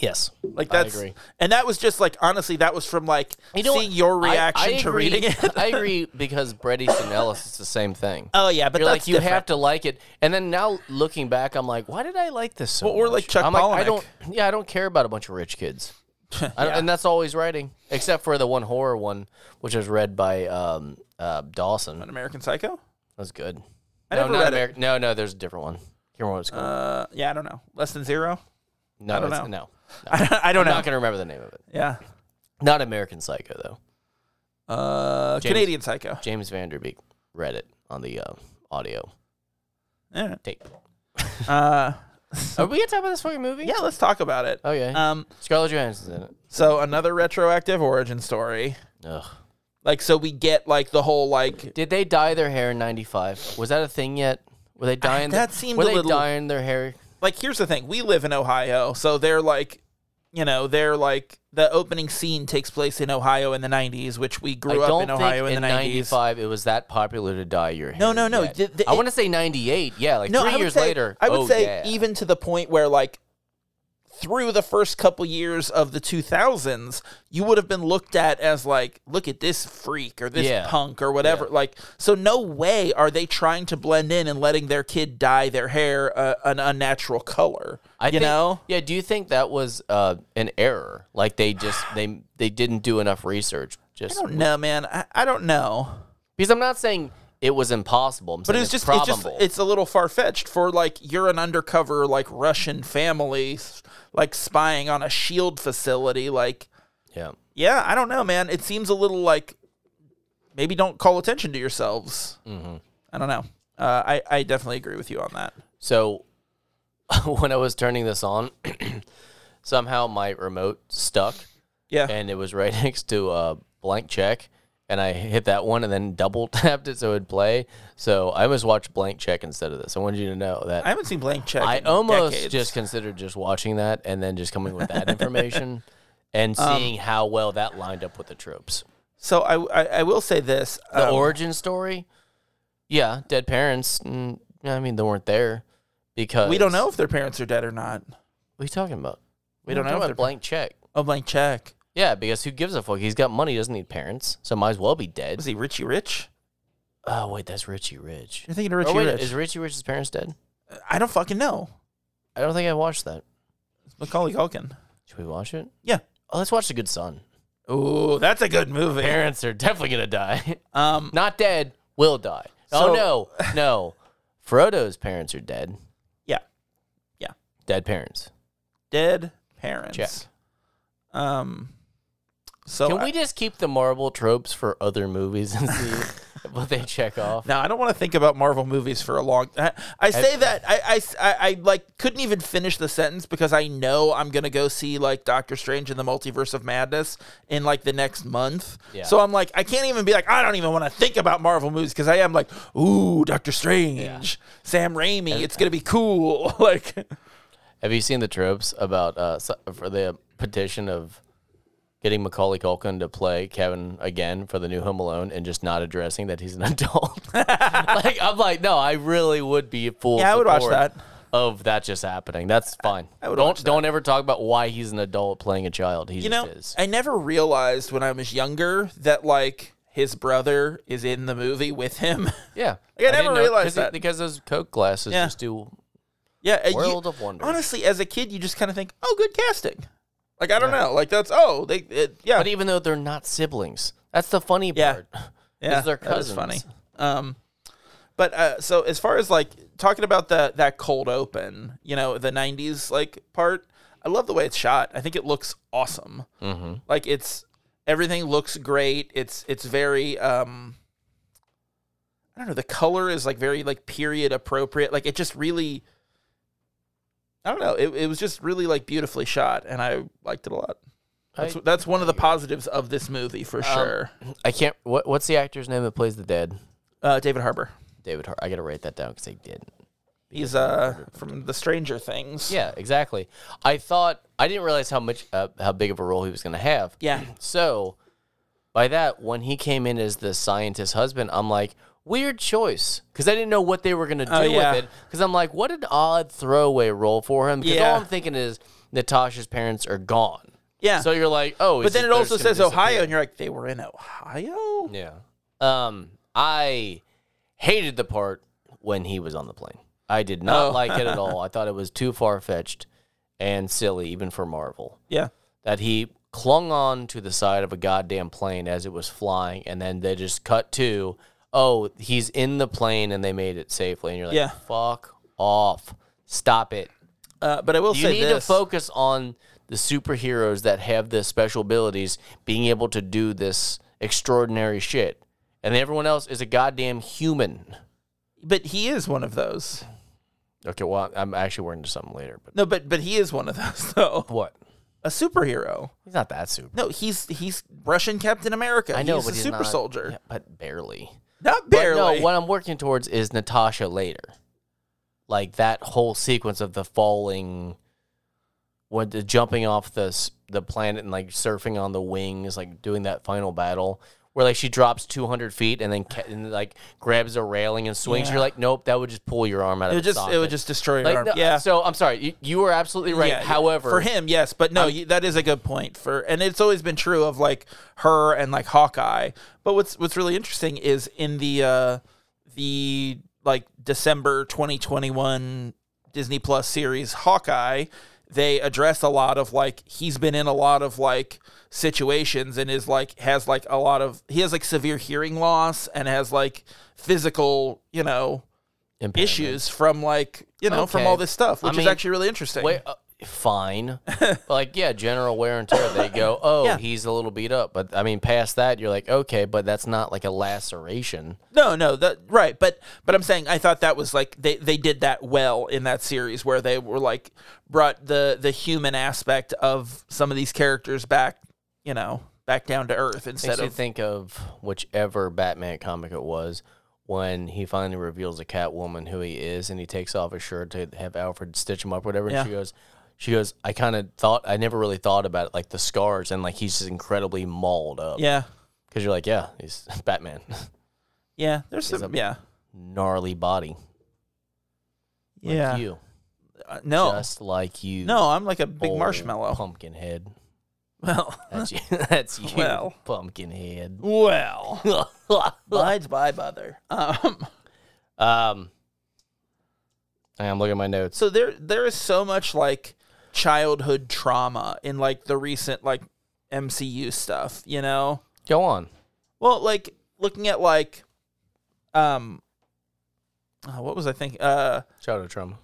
yes,
Like
I
that's
agree.
and that was just like honestly, that was from like
You know
seeing
what?
your
I-
reaction
I
to
agree-
reading it.
I agree because Bret Easton Ellis is the same thing.
oh yeah, but
You're
that's
like you have to like it, and then now looking back, I'm like, why did I like this so
Well, we're like
much?
Chuck
I'm like, I
Palahniuk.
don't. Yeah, I don't care about a bunch of rich kids, I don't- and that's always writing, except for the one horror one, which was read by um, uh, Dawson. That
American Psycho?
was good.
I
no,
never
not
read it.
Ameri- No, no, there's a different one. Here one was called.
Uh yeah, I don't know. Less than zero?
no,
don't
it's-
know.
no.
I don't, I don't
I'm
know.
not gonna remember the name of it.
yeah.
Not American Psycho though.
Uh
James-
Canadian Psycho.
James Vanderbeek read it on the uh, audio
Yeah.
tape.
Uh
Are we gonna talk about this fucking movie?
yeah, let's talk about it.
Okay.
Um
Scarlett Johansson's in it.
so another retroactive origin story.
Ugh.
Like so we get like the whole like
Did they dye their hair in '95? Was that a thing yet? Were they dyeing?
that
the-
seemed
were
a
they
little-
dyeing their hair?
like here's the thing we live in ohio so they're like you know they're like the opening scene takes place in ohio in the 90s which we grew
I
up
don't
in ohio
think
in the 90s
'95 it was that popular to dye your hair.
No, no, no.
yet.
Did the-
I want to say '98. Yeah, like
no
three
I would
years
say,
later.
i would
oh,
say
yeah.
even to the point where like through the first couple years of the 2000s you would have been looked at as like look at this freak or this
Yeah.
punk or whatever like so no way are they trying to blend in and letting their kid dye their hair uh, an unnatural color
I
you
think-
know
Yeah. Do you think that was uh, an error? Like they just they they didn't do enough research. Just
i don't know man i, I don't know
because I'm not saying it was impossible. I'm
But
saying
it's just it's
probable.
just it's a little far fetched for like you're an undercover like Russian family s- like spying on a shield E facility like
yeah.
yeah I don't know man it seems a little like maybe don't call attention to yourselves
Mm-hmm.
I don't know uh, I I definitely agree with you on that
So when I was turning this on, somehow my remote stuck
yeah
and it was right next to a blank check. And I hit that one and then double tapped it so it would play. So I almost watched blank check instead of this. I wanted you to know that
I haven't seen blank check
I
in
almost
decades.
just considered just watching that and then just coming with that information and
Um,
seeing how well that lined up with the tropes.
so I, I I will say this
The
um,
origin story, yeah, dead parents. mm, I mean, they weren't there because
we don't know if their parents are dead or not
What are you talking about?
We don't
We're
know if
talking about
they're-
a blank check.
oh blank check
Yeah, because who gives a fuck? He's got money. He doesn't need parents, so might as well be dead.
was he Richie Rich
Oh wait, that's Richie Rich.
you're thinking of
Oh,
Richie
wait,
Rich
is Richie Rich's parents dead?
I don't fucking know
I don't think I watched that.
it's Macaulay Culkin
Should we watch it?
yeah
Oh, let's watch The Good Son.
Ooh, that's a good movie.
Parents are definitely gonna die.
Um,
Not dead, will die.
So-
oh no, no. Frodo's parents are dead.
yeah,
Dead parents.
Dead Parents.
Check.
Um, so
Can
I-
we just keep the Marvel tropes for other movies and see what they check off?
now I don't want to think about Marvel movies for a long. I, I say that I, I s- I- I, like couldn't even finish the sentence because I know I'm gonna go see like Doctor Strange in the Multiverse of Madness in like the next month.
Yeah.
So I'm like I can't even be like I don't even want to think about Marvel movies because I am like ooh Doctor Strange, Sam Raimi, it's gonna be cool. like
Have you seen the tropes about uh s- for the petition of getting Macaulay Culkin to play Kevin again for the new Home Alone and just not addressing that he's an adult? like I'm like, no, I really would be full.
Yeah, I would watch
support
that.
Of that just happening. That's fine.
I would
don't
watch that.
don't ever talk about why he's an adult playing a child. He
You
just
know,
is.
I never realized when I was younger that like his brother is in the movie with him.
Yeah,
I never
didn't know-
realized
'cause it-
that.
because those Coke glasses
Yeah.
just do.
yeah, and you-
World of Wonder.
Honestly, as a kid, you just kind of think, "Oh, good casting." Like I don't know, like that's oh they it, yeah
But even though they're not siblings, that's the funny
Yeah.
part.
yeah
they're
that is funny.
cousins.
Um, but uh, so as far as like talking about the that cold open, you know, the '90s like part, I love the way it's shot. I think it looks awesome. Like it's everything looks great. It's it's very um I don't know, the color is like very like period appropriate. Like it just really I don't know. It, it was just really like beautifully shot and I liked it a lot. That's
I-
that's one of the positives of this movie for sure.
I can't. What, what's the actor's name that plays the dead?
Uh, David Harbour.
David Hart. I gotta write that down because I didn't.
He's uh from the Stranger Things.
Yeah, exactly. I thought I didn't realize how much uh, how big of a role he was gonna have.
Yeah.
So by that, when he came in as the scientist husband, I'm like, weird choice. Because I didn't know what they were going to do
Oh, yeah.
with it. Because I'm like, what an odd throwaway role for him. Because
Yeah.
all I'm thinking is Natasha's parents are gone.
Yeah.
So you're like, oh,
but then it also says Ohio, and you're like, they were in Ohio.
Yeah. Um, I hated the part when he was on the plane. I did not
Oh.
like it at all. I thought it was too far fetched and silly, even for Marvel
Yeah,
that he clung on to the side of a goddamn plane as it was flying, and then they just cut to, oh, he's in the plane and they made it safely. And you're like,
Yeah.
fuck off. Stop it.
uh, but I will
You
say
need
this.
to focus on the superheroes that have the special abilities being able to do this extraordinary shit. And everyone else is a goddamn human.
but he is one of those.
Okay, well, I'm actually wearing to something later, but
No, but but he is one of those though.
what?
A superhero.
He's not that super.
No, he's he's Russian Captain America.
I know,
he's
but
a
he's
super
not-
soldier.
yeah, but barely.
Not
But
barely.
no, what I'm working towards is Natasha later. Like that whole sequence of the falling, what the jumping off the s- the planet and like surfing on the wings, like doing that final battle where like she drops 200 feet and then ca- and, like grabs a railing and swings. You're like, nope, that would just pull your arm out
it
of
would
the
just it would
socket.
just destroy your
Like,
arm.
no,
yeah.
So I'm sorry, you, you were absolutely right.
Yeah,
However,
for him, yes, but no, you, that is a good point for, and it's always been true of like her and like Hawkeye. But what's what's really interesting is in the uh the like December 2021 Disney Plus series Hawkeye, they address a lot of like he's been in a lot of like situations and is like has like a lot of he has like severe hearing loss and has like physical you know
impairment.
issues from like you know from
Okay.
all this stuff
I
which is
mean,
actually really interesting
Wait, uh, fine. But, like, yeah, general wear and tear. They go, oh,
Yeah.
he's a little beat up. But I mean, past that, you're like, okay, but that's not like a laceration.
No, no, that right, but but I'm saying I thought that was like they they did that well in that series where they were like brought the the human aspect of some of these characters back, you know, back down to earth instead
Makes me
of
think of whichever Batman comic it was when he finally reveals a Catwoman who he is, and he takes off his shirt to have Alfred stitch him up, whatever.
Yeah.
And she goes. She goes, I kind of thought, I never really thought about it, like the scars, and like he's just incredibly mauled up.
yeah,
Cause you're like, yeah, he's Batman.
yeah. There's some yeah,
Gnarly body. Like
yeah.
you.
Uh, no,
Just like you.
no, I'm like a big
old
marshmallow.
Pumpkin head.
Well,
That's you. That's you.
Well.
Pumpkin head.
well, bides by mother. Um,
um, I'm looking at my notes.
so there there is so much like childhood trauma in like the recent like MCU stuff, you know.
Go on.
Well, like looking at like, um, oh, what was I thinking? Uh,
Shadow trauma.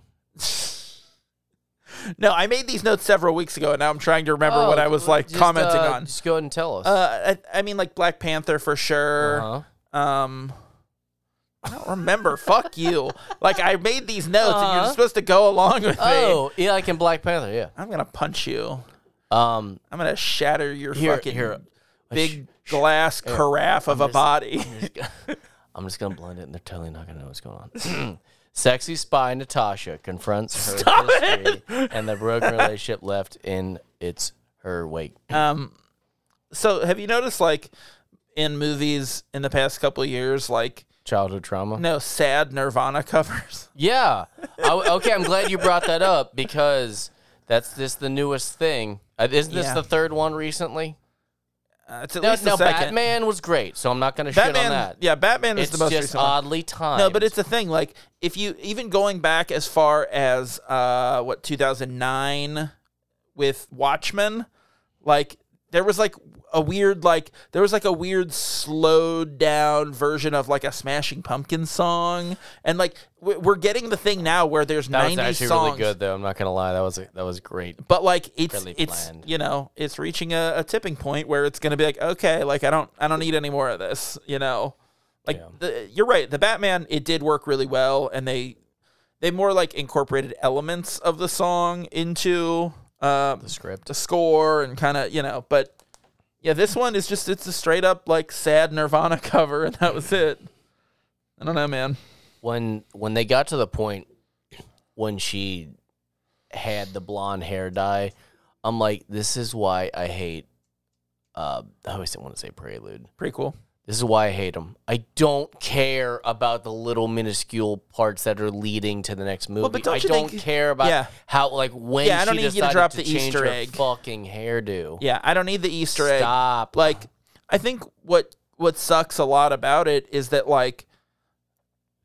no, I made these notes several weeks ago, and now I'm trying to remember what I was like commenting on.
Oh, Just uh, go ahead and tell us.
Uh, I, I mean, like Black Panther for sure.
Uh-huh.
Um, I don't remember. Fuck you. Like I made these notes, and
Uh-huh.
you're supposed to go along with me.
Oh, yeah, like in Black Panther, yeah.
I'm gonna punch you.
Um,
I'm gonna shatter your
Here-
fucking
here.
big glass carafe of a body.
I'm just gonna blend it, and they're totally not gonna know what's going on. Sexy spy Natasha confronts her history and the broken relationship left in its her wake.
so have you noticed like in movies in the past couple of years like
Childhood trauma.
no sad nirvana covers
Yeah. I, okay, I'm glad you brought that up because that's just the newest thing. Uh, Isn't this
Yeah.
the third one recently?
uh, it's at
No,
least the
no
second
Batman was great, so I'm not going to shit on
batman
that.
yeah batman is
it's
the most
just
recent one.
oddly timed.
no but it's a thing like if you even going back as far as uh what 2009 with watchmen like there was like a weird like there was like a weird slowed down version of like a Smashing Pumpkins song, and like we- we're getting the thing now where there's
That was
ninety
actually
songs,
really good, though. I'm not gonna lie. That was that was great.
but like it's
Really
it's
bland.
you know it's reaching a, a tipping point where it's gonna be like okay like I don't I don't need any more of this you know like
Yeah.
the, you're right the Batman it did work really well and they they more like incorporated elements of the song into um,
The script.
the score and kind of you know but yeah this one is just it's a straight up like sad nirvana cover and that was it i don't know man
when when they got to the point when she had the blonde hair dye, I'm like, this is why I hate. Uh, I always want to say Prelude.
pretty cool
This is why I hate them. I don't care about the little minuscule parts that are leading to the next movie.
but don't
I
you
don't
think-
care about
Yeah.
how like when
Yeah, I don't
she
need you to
decided
drop
to
the
change
Easter
her
egg.
fucking hairdo.
yeah i don't need the easter egg
Stop.
like i think what what sucks a lot about it is that like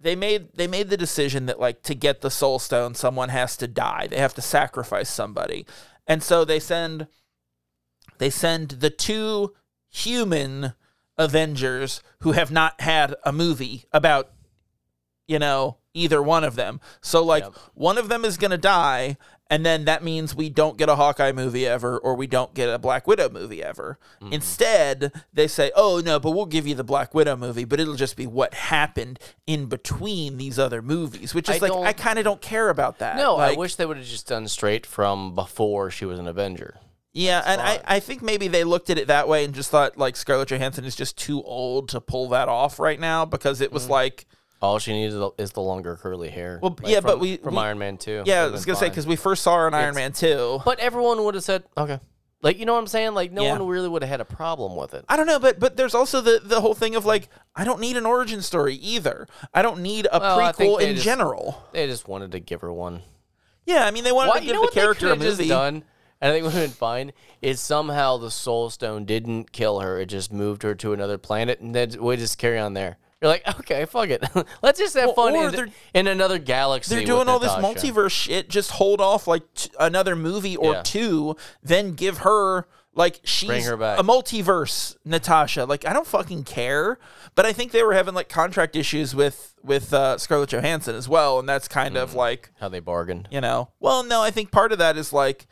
they made they made the decision that like to get the soul stone someone has to die they have to sacrifice somebody and so they send they send the two human avengers who have not had a movie about you know either one of them so like
Yep.
one of them is going to die and then that means we don't get a hawkeye movie ever or we don't get a black widow movie ever
Mm-hmm.
instead they say oh no but we'll give you the black widow movie but it'll just be what happened in between these other movies which is
I
like
don't-
i kind of don't care about that
no, I
Like,
wish they would have just done straight from before she was an Avenger.
Yeah, and I, I think maybe they looked at it that way and just thought like Scarlett Johansson is just too old to pull that off right now because it was
Mm.
like
All she needs is the- is the longer curly hair.
Well,
Like,
yeah, but
from-
we-
from
we-
Iron Man two.
yeah, I was gonna say because we first saw her in Iron
It's-
Man two.
but everyone would have said okay, like you know what I'm saying. Like no
Yeah.
one really would have had a problem with it.
I don't know, but but there's also the the whole thing of like I don't need an origin story either. I don't need a
Well, I think
prequel
they
in
just-
general.
They just wanted to give her one.
Yeah, I mean they wanted
Why
to
you
give
know
the
what
character
they
a
could have just
movie.
done? And I think we would have been fine. Is somehow the Soul Stone didn't kill her; it just moved her to another planet, and then we just carry on there. You're like, okay, fuck it, let's just have fun
or
in,
they're-
in another galaxy.
They're
with
doing all this
Natasha.
multiverse shit. Just hold off like t- another movie or
Yeah.
two, then give her like she's
her back.
a multiverse Natasha. Like I don't fucking care. But I think they were having like contract issues with with uh, Scarlett Johansson as well, and that's kind
Mm.
of like
How they bargained.
you know. Well, no, I think part of that is like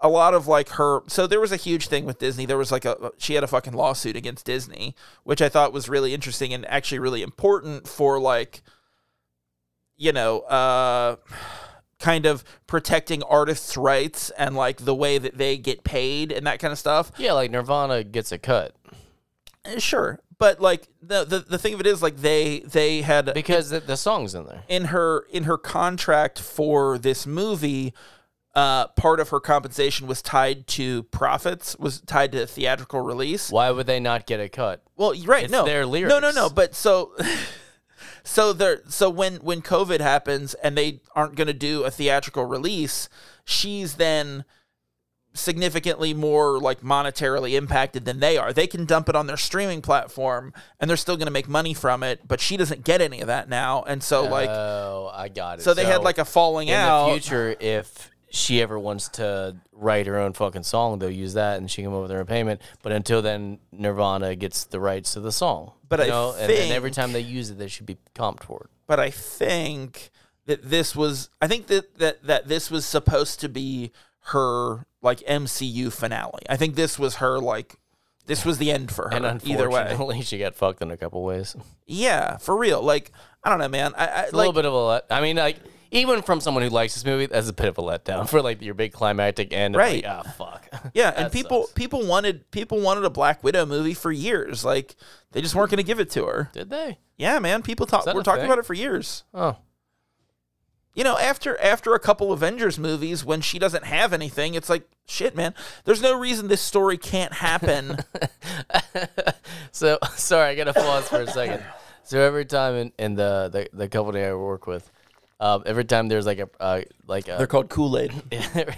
a lot of like her. So there was a huge thing with Disney. There was like a she had a fucking lawsuit against Disney, which I thought was really interesting and actually really important for like you know, uh kind of protecting artists' rights and like the way that they get paid and that kind of stuff.
Yeah, like Nirvana gets a cut
Eh, Sure. But like the the, the thing of it is like they they had
because the, the song's in there.
in her in her contract for this movie uh, part of her compensation was tied to profits was tied to theatrical release
Why would they not get a cut?
well you're right no
their
no no no
lyrics.
but so so there so when when covid happens and they aren't going to do a theatrical release she's then significantly more like monetarily impacted than they are they can dump it on their streaming platform and they're still going to make money from it but she doesn't get any of that now and so like
oh, I got it.
so they had like a falling
in
out.
the future if she ever wants to write her own fucking song, they'll use that and she can come up with her own payment. But until then, Nirvana gets the rights to the song.
But
you
I
know? and then every
think-
time they use it, they should be comped for it.
But I think that this was I think that, that that this was supposed to be her like MCU finale. I think this was her like this was the end for her.
And
either way.
unfortunately, she got fucked in a couple ways.
Yeah, for real. Like I don't know, man. I, I
a
like
little bit of a let. I mean, like even from someone who likes this movie, that's a bit of a letdown for like your big climactic end. of, like,
Right.
ah, fuck.
yeah,
That
and people
sucks.
people wanted people wanted a Black Widow movie for years. Like they just weren't going to give it to her.
Did they?
Yeah, man. People talk.
that
We're
a
talking
thing?
about it for years.
Oh,
you know, after after a couple Avengers movies, when she doesn't have anything, it's like shit, man. There's no reason this story can't happen.
So sorry, I gotta pause for a second. So every time in, in the, the the company I work with, um, every time there's like a uh, like a
called Kool Aid.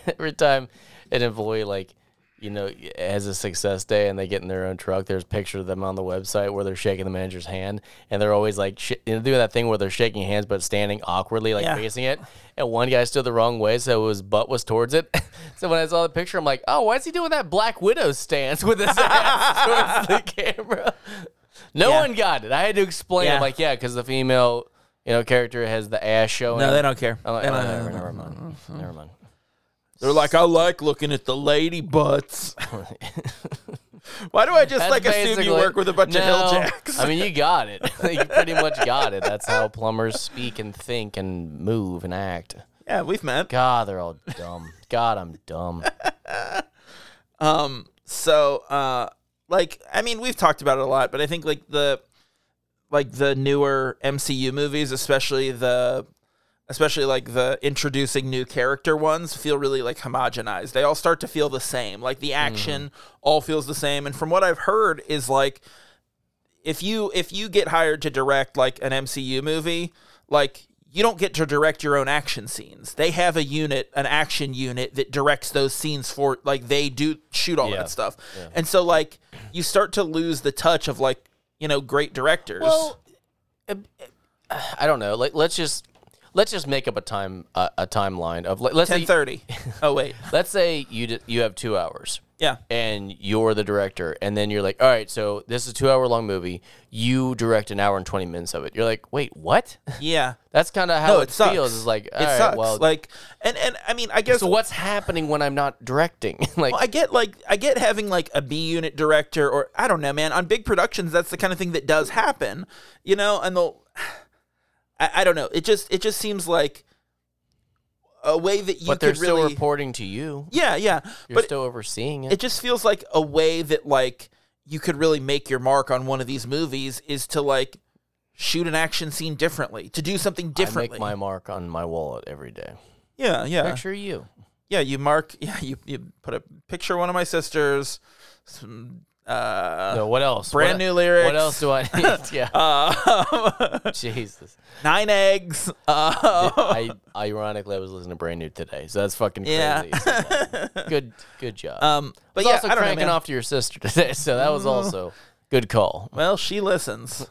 every time an employee like you know, has a success day and they get in their own truck. There's a picture of them on the website where they're shaking the manager's hand and they're always like sh- you know, doing that thing where they're shaking hands but standing awkwardly, like
Yeah.
facing it. And one guy stood the wrong way, so his butt was towards it. so when I saw the picture, I'm like, oh, why is he doing that Black Widow stance with his ass towards the camera? No
Yeah.
one got it. I had to explain.
Yeah.
I'm like, yeah, because the female, you know, character has the ass showing.
No, they don't care.
I'm like,
They
oh,
don't Mm-hmm. care.
never, never mind. Never mind.
They're like, I like looking at the lady butts. Why do I just
That's
like assume you
basically-
work with a bunch of
No.
hilljacks?
I mean, you got it. you pretty much got it. That's how plumbers speak and think and move and act.
yeah, we've met.
God, they're all dumb. God, I'm dumb.
Um, so uh, like I mean, we've talked about it a lot, but I think like the like the newer MCU movies, especially the especially like the introducing new character ones feel really like homogenized. They all start to feel the same. Like the action all feels the same. And from what I've heard is like if you if you get hired to direct like an MCU movie, like you don't get to direct your own action scenes. They have a unit, an action unit that directs those scenes for like they do shoot all
Yeah.
that stuff. And so like you start to lose the touch of like, you know, great directors.
Well, I don't know. Like, let's just let's just make up a time uh, a timeline of like, let's
Ten
say,
thirty. Oh wait.
let's say you d- you have two hours.
Yeah.
and you're the director, and then you're like, all right, so this is a two hour long movie. You direct an hour and 20 minutes of it. You're like, wait, what?
Yeah.
That's kind of how
No,
it,
it sucks.
feels. It's like, all
it
right,
sucks.
well,
like and and I mean I guess
so what's happening when I'm not directing? like,
Well, I get like I get having like a B unit director or I don't know, man. On big productions, that's the kind of thing that does happen, you know. And they'll, I, I don't know. It just it just seems like a way that you
but they're
could
still
really,
reporting to you.
yeah, yeah.
You're
but
still overseeing it.
it just feels like a way that like you could really make your mark on one of these movies is to like shoot an action scene differently, to do something
I make
differently.
my mark on my wallet every day.
yeah, yeah.
Picture you.
yeah, you mark. Yeah, you you put a picture of one of my sisters. Some, uh,
No, what else?
brand
What-
new lyrics.
What else do I need? yeah.
Uh,
Jesus.
nine eggs. Uh,
I ironically I was listening to brand new today, so that's fucking crazy.
Yeah.
So, like, good good job.
um, but
I
yeah,
was also
I don't know,
cranking
man.
off to your sister today, so that was also good call.
Well, she listens.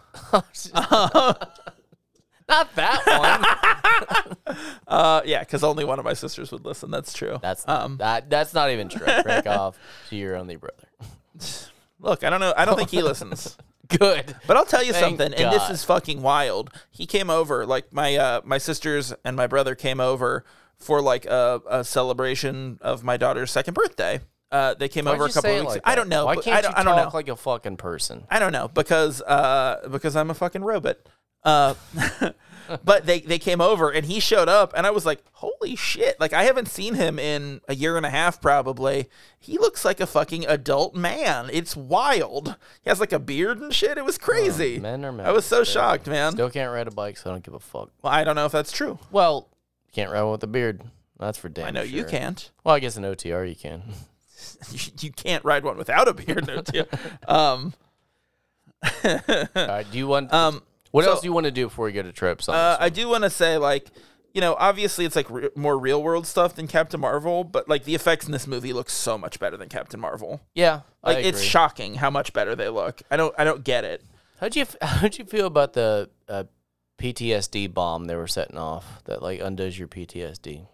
Not that one.
Uh, yeah, because only one of my sisters would listen. That's true.
That's
Um.
that, that's not even true. Crank off to your only brother.
Look, I don't know. I don't think he listens.
Good.
But I'll tell you
Thank
something, and this
God.
is fucking wild. He came over, like my uh, my sisters and my brother came over for like a, a celebration of my daughter's second birthday. Uh, they came
Why'd
over a
you
couple
say
of
it
weeks.
like
I
that?
don't know.
Why
but
can't
I don't,
you
I don't
talk
know.
like a fucking person?
I don't know because uh, because I'm a fucking robot. Uh, but they they came over and he showed up and I was like, holy shit! Like I haven't seen him in a year and a half probably. He looks like a fucking adult man. It's wild. He has like a beard and shit. It was crazy.
men are men.
I was so
They're-
shocked, man.
Still can't ride a bike, so I don't give a fuck.
well, I don't know if that's true.
Well, can't ride one with a beard. That's for damn
I know you
sure.
can't.
Well, I guess an OTR you can.
You can't ride one without a beard, no deal. um,
All right, do you want?
um,
what
so-
else do you want to do before we go to trips? On
Uh,
this?
I do want to say, like, you know, obviously it's like re- more real world stuff than Captain Marvel, but like the effects in this movie look so much better than Captain Marvel.
Yeah,
Like,
I
it's
agree.
shocking how much better they look. I don't, I don't get it.
How'd you f- How'd you feel about the uh, PTSD bomb they were setting off that like undoes your PTSD?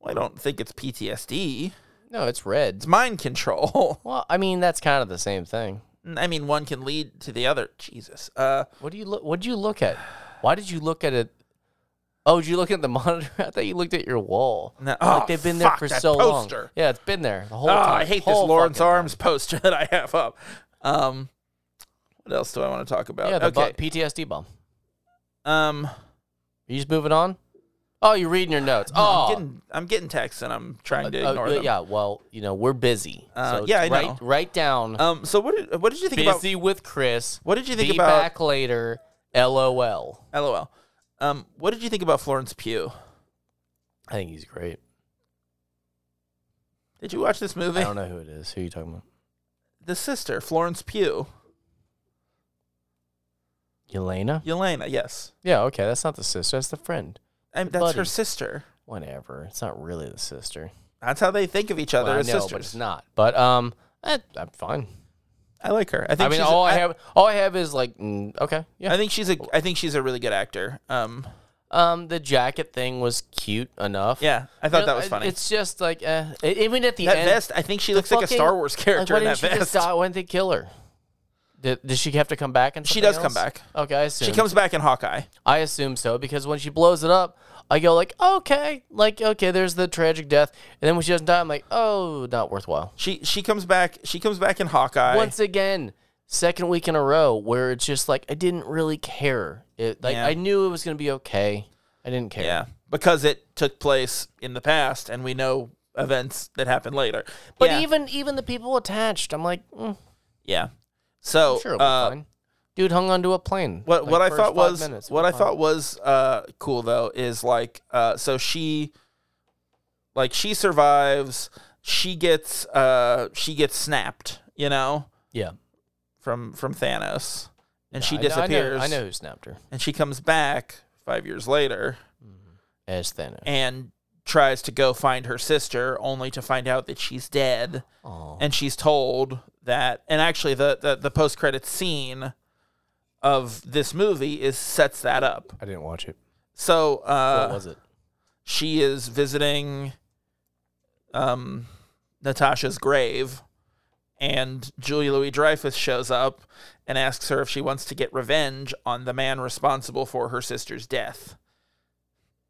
Well, I don't think it's PTSD.
No, it's red.
It's mind control.
Well, I mean that's kind of the same thing.
I mean, one can lead to the other. Jesus. Uh,
What do you look? What did you look at? Why did you look at it? Oh, did you look at the monitor? I thought you looked at your wall.
No.
like
Oh,
they've been there
fuck,
for
that
so long.
poster.
Yeah, it's been there the whole
oh,
time.
I hate this
whole
Lawrence
fucking time.
Arms poster that I have up. Um, what else do I want to talk about?
Yeah, the bu-
okay.
PTSD bomb.
um,
Are you just moving on? Oh, you're reading your notes. Oh,
I'm getting, I'm getting texts and I'm trying to
Uh,
ignore
uh,
them.
yeah. Well, you know we're busy.
Uh,
so
yeah, I
write,
know.
Write down.
Um, so what did, what did you think about
busy with Chris.
What did you think
Be
about-
back later. LOL.
LOL. Um, what did you think about Florence Pugh?
I think he's great.
Did you watch this movie?
I don't know who it is. Who are you talking about?
The sister, Florence Pugh,
Yelena.
Yelena. Yes,
Yeah. Okay. That's not the sister. That's the friend.
and that's her
Buddy.
sister.
Whatever. It's not really the sister.
That's how they think of each other
I
as
know, but
sisters.
it's not. But um, eh, I'm fine.
I like her. I think
I mean,
she's
all
a,
I have, all I have is like, mm, okay, yeah.
I think she's a. I think she's a really good actor. Um,
Um, the jacket thing was cute enough.
yeah, I thought
You know,
that was
it-
funny.
It's just like, eh, it- even at the
that
end,
vest. I think she
the
looks like a
fucking-
Star Wars character
like,
in
why
that
didn't she
vest.
just die? Why didn't they kill her? Did, did she have to come back? And
She does come back.
Okay, I assume
She comes back in Hawkeye.
I assume so because when she blows it up, I go like, okay, like okay, there's the tragic death, and then when she doesn't die, I'm like, oh, not worthwhile.
She she comes back. She comes back in Hawkeye.
Once again, second week in a row where it's just like I didn't really care. It like
Yeah.
I knew it was gonna be okay. I didn't care.
yeah, because it took place in the past, and we know events that happened later.
But
yeah,
even even the people attached, I'm like, mm,
yeah. So
sure, it'll
uh,
be fine. Dude hung onto a plane.
What
like,
what I
for
thought
five
was
minutes.
what I
Fine.
thought was uh, cool though is like uh, so she like she survives. She gets uh, she gets snapped. You know
Yeah,
from from Thanos, and she
I know- I know-
disappears.
I know, who snapped her
and she comes back five years later
as Thanos.
and tries to go find her sister, only to find out that she's dead.
Aw.
And she's told that. And actually, the the, the post credit scene of this movie is sets that up.
I didn't watch it.
So uh,
what was it?
she is visiting um, Natasha's grave, and Julia Louis Dreyfus shows up and asks her if she wants to get revenge on the man responsible for her sister's death,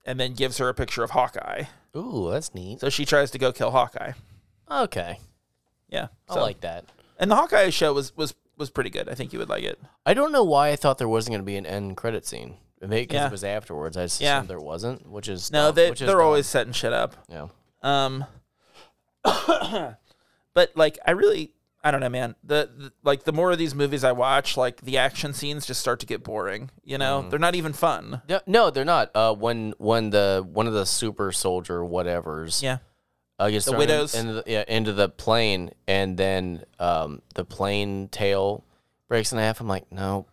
and then gives her a picture of Hawkeye.
Ooh, that's neat.
So she tries to go kill Hawkeye.
Okay,
Yeah,
I
so-
like that.
And the Hawkeye show was was was pretty good. I think you would like it.
I don't know why I thought there wasn't going to be an end credit scene. Maybe because
Yeah.
it was afterwards. I assumed
Yeah.
there wasn't, which is
No,
dumb-
they
which is
they're
dumb.
always setting shit up.
yeah.
Um, but like, I really, I don't know, man. The, the like, the more of these movies I watch, like the action scenes just start to get boring. You know,
Mm-hmm.
they're not even fun.
No, no, they're not. Uh, when when the one of the super soldier whatever's
Yeah,
uh, gets
The
thrown in-
widows.
into the, yeah, into the plane and then um, the plane tail breaks in half. I'm like, no.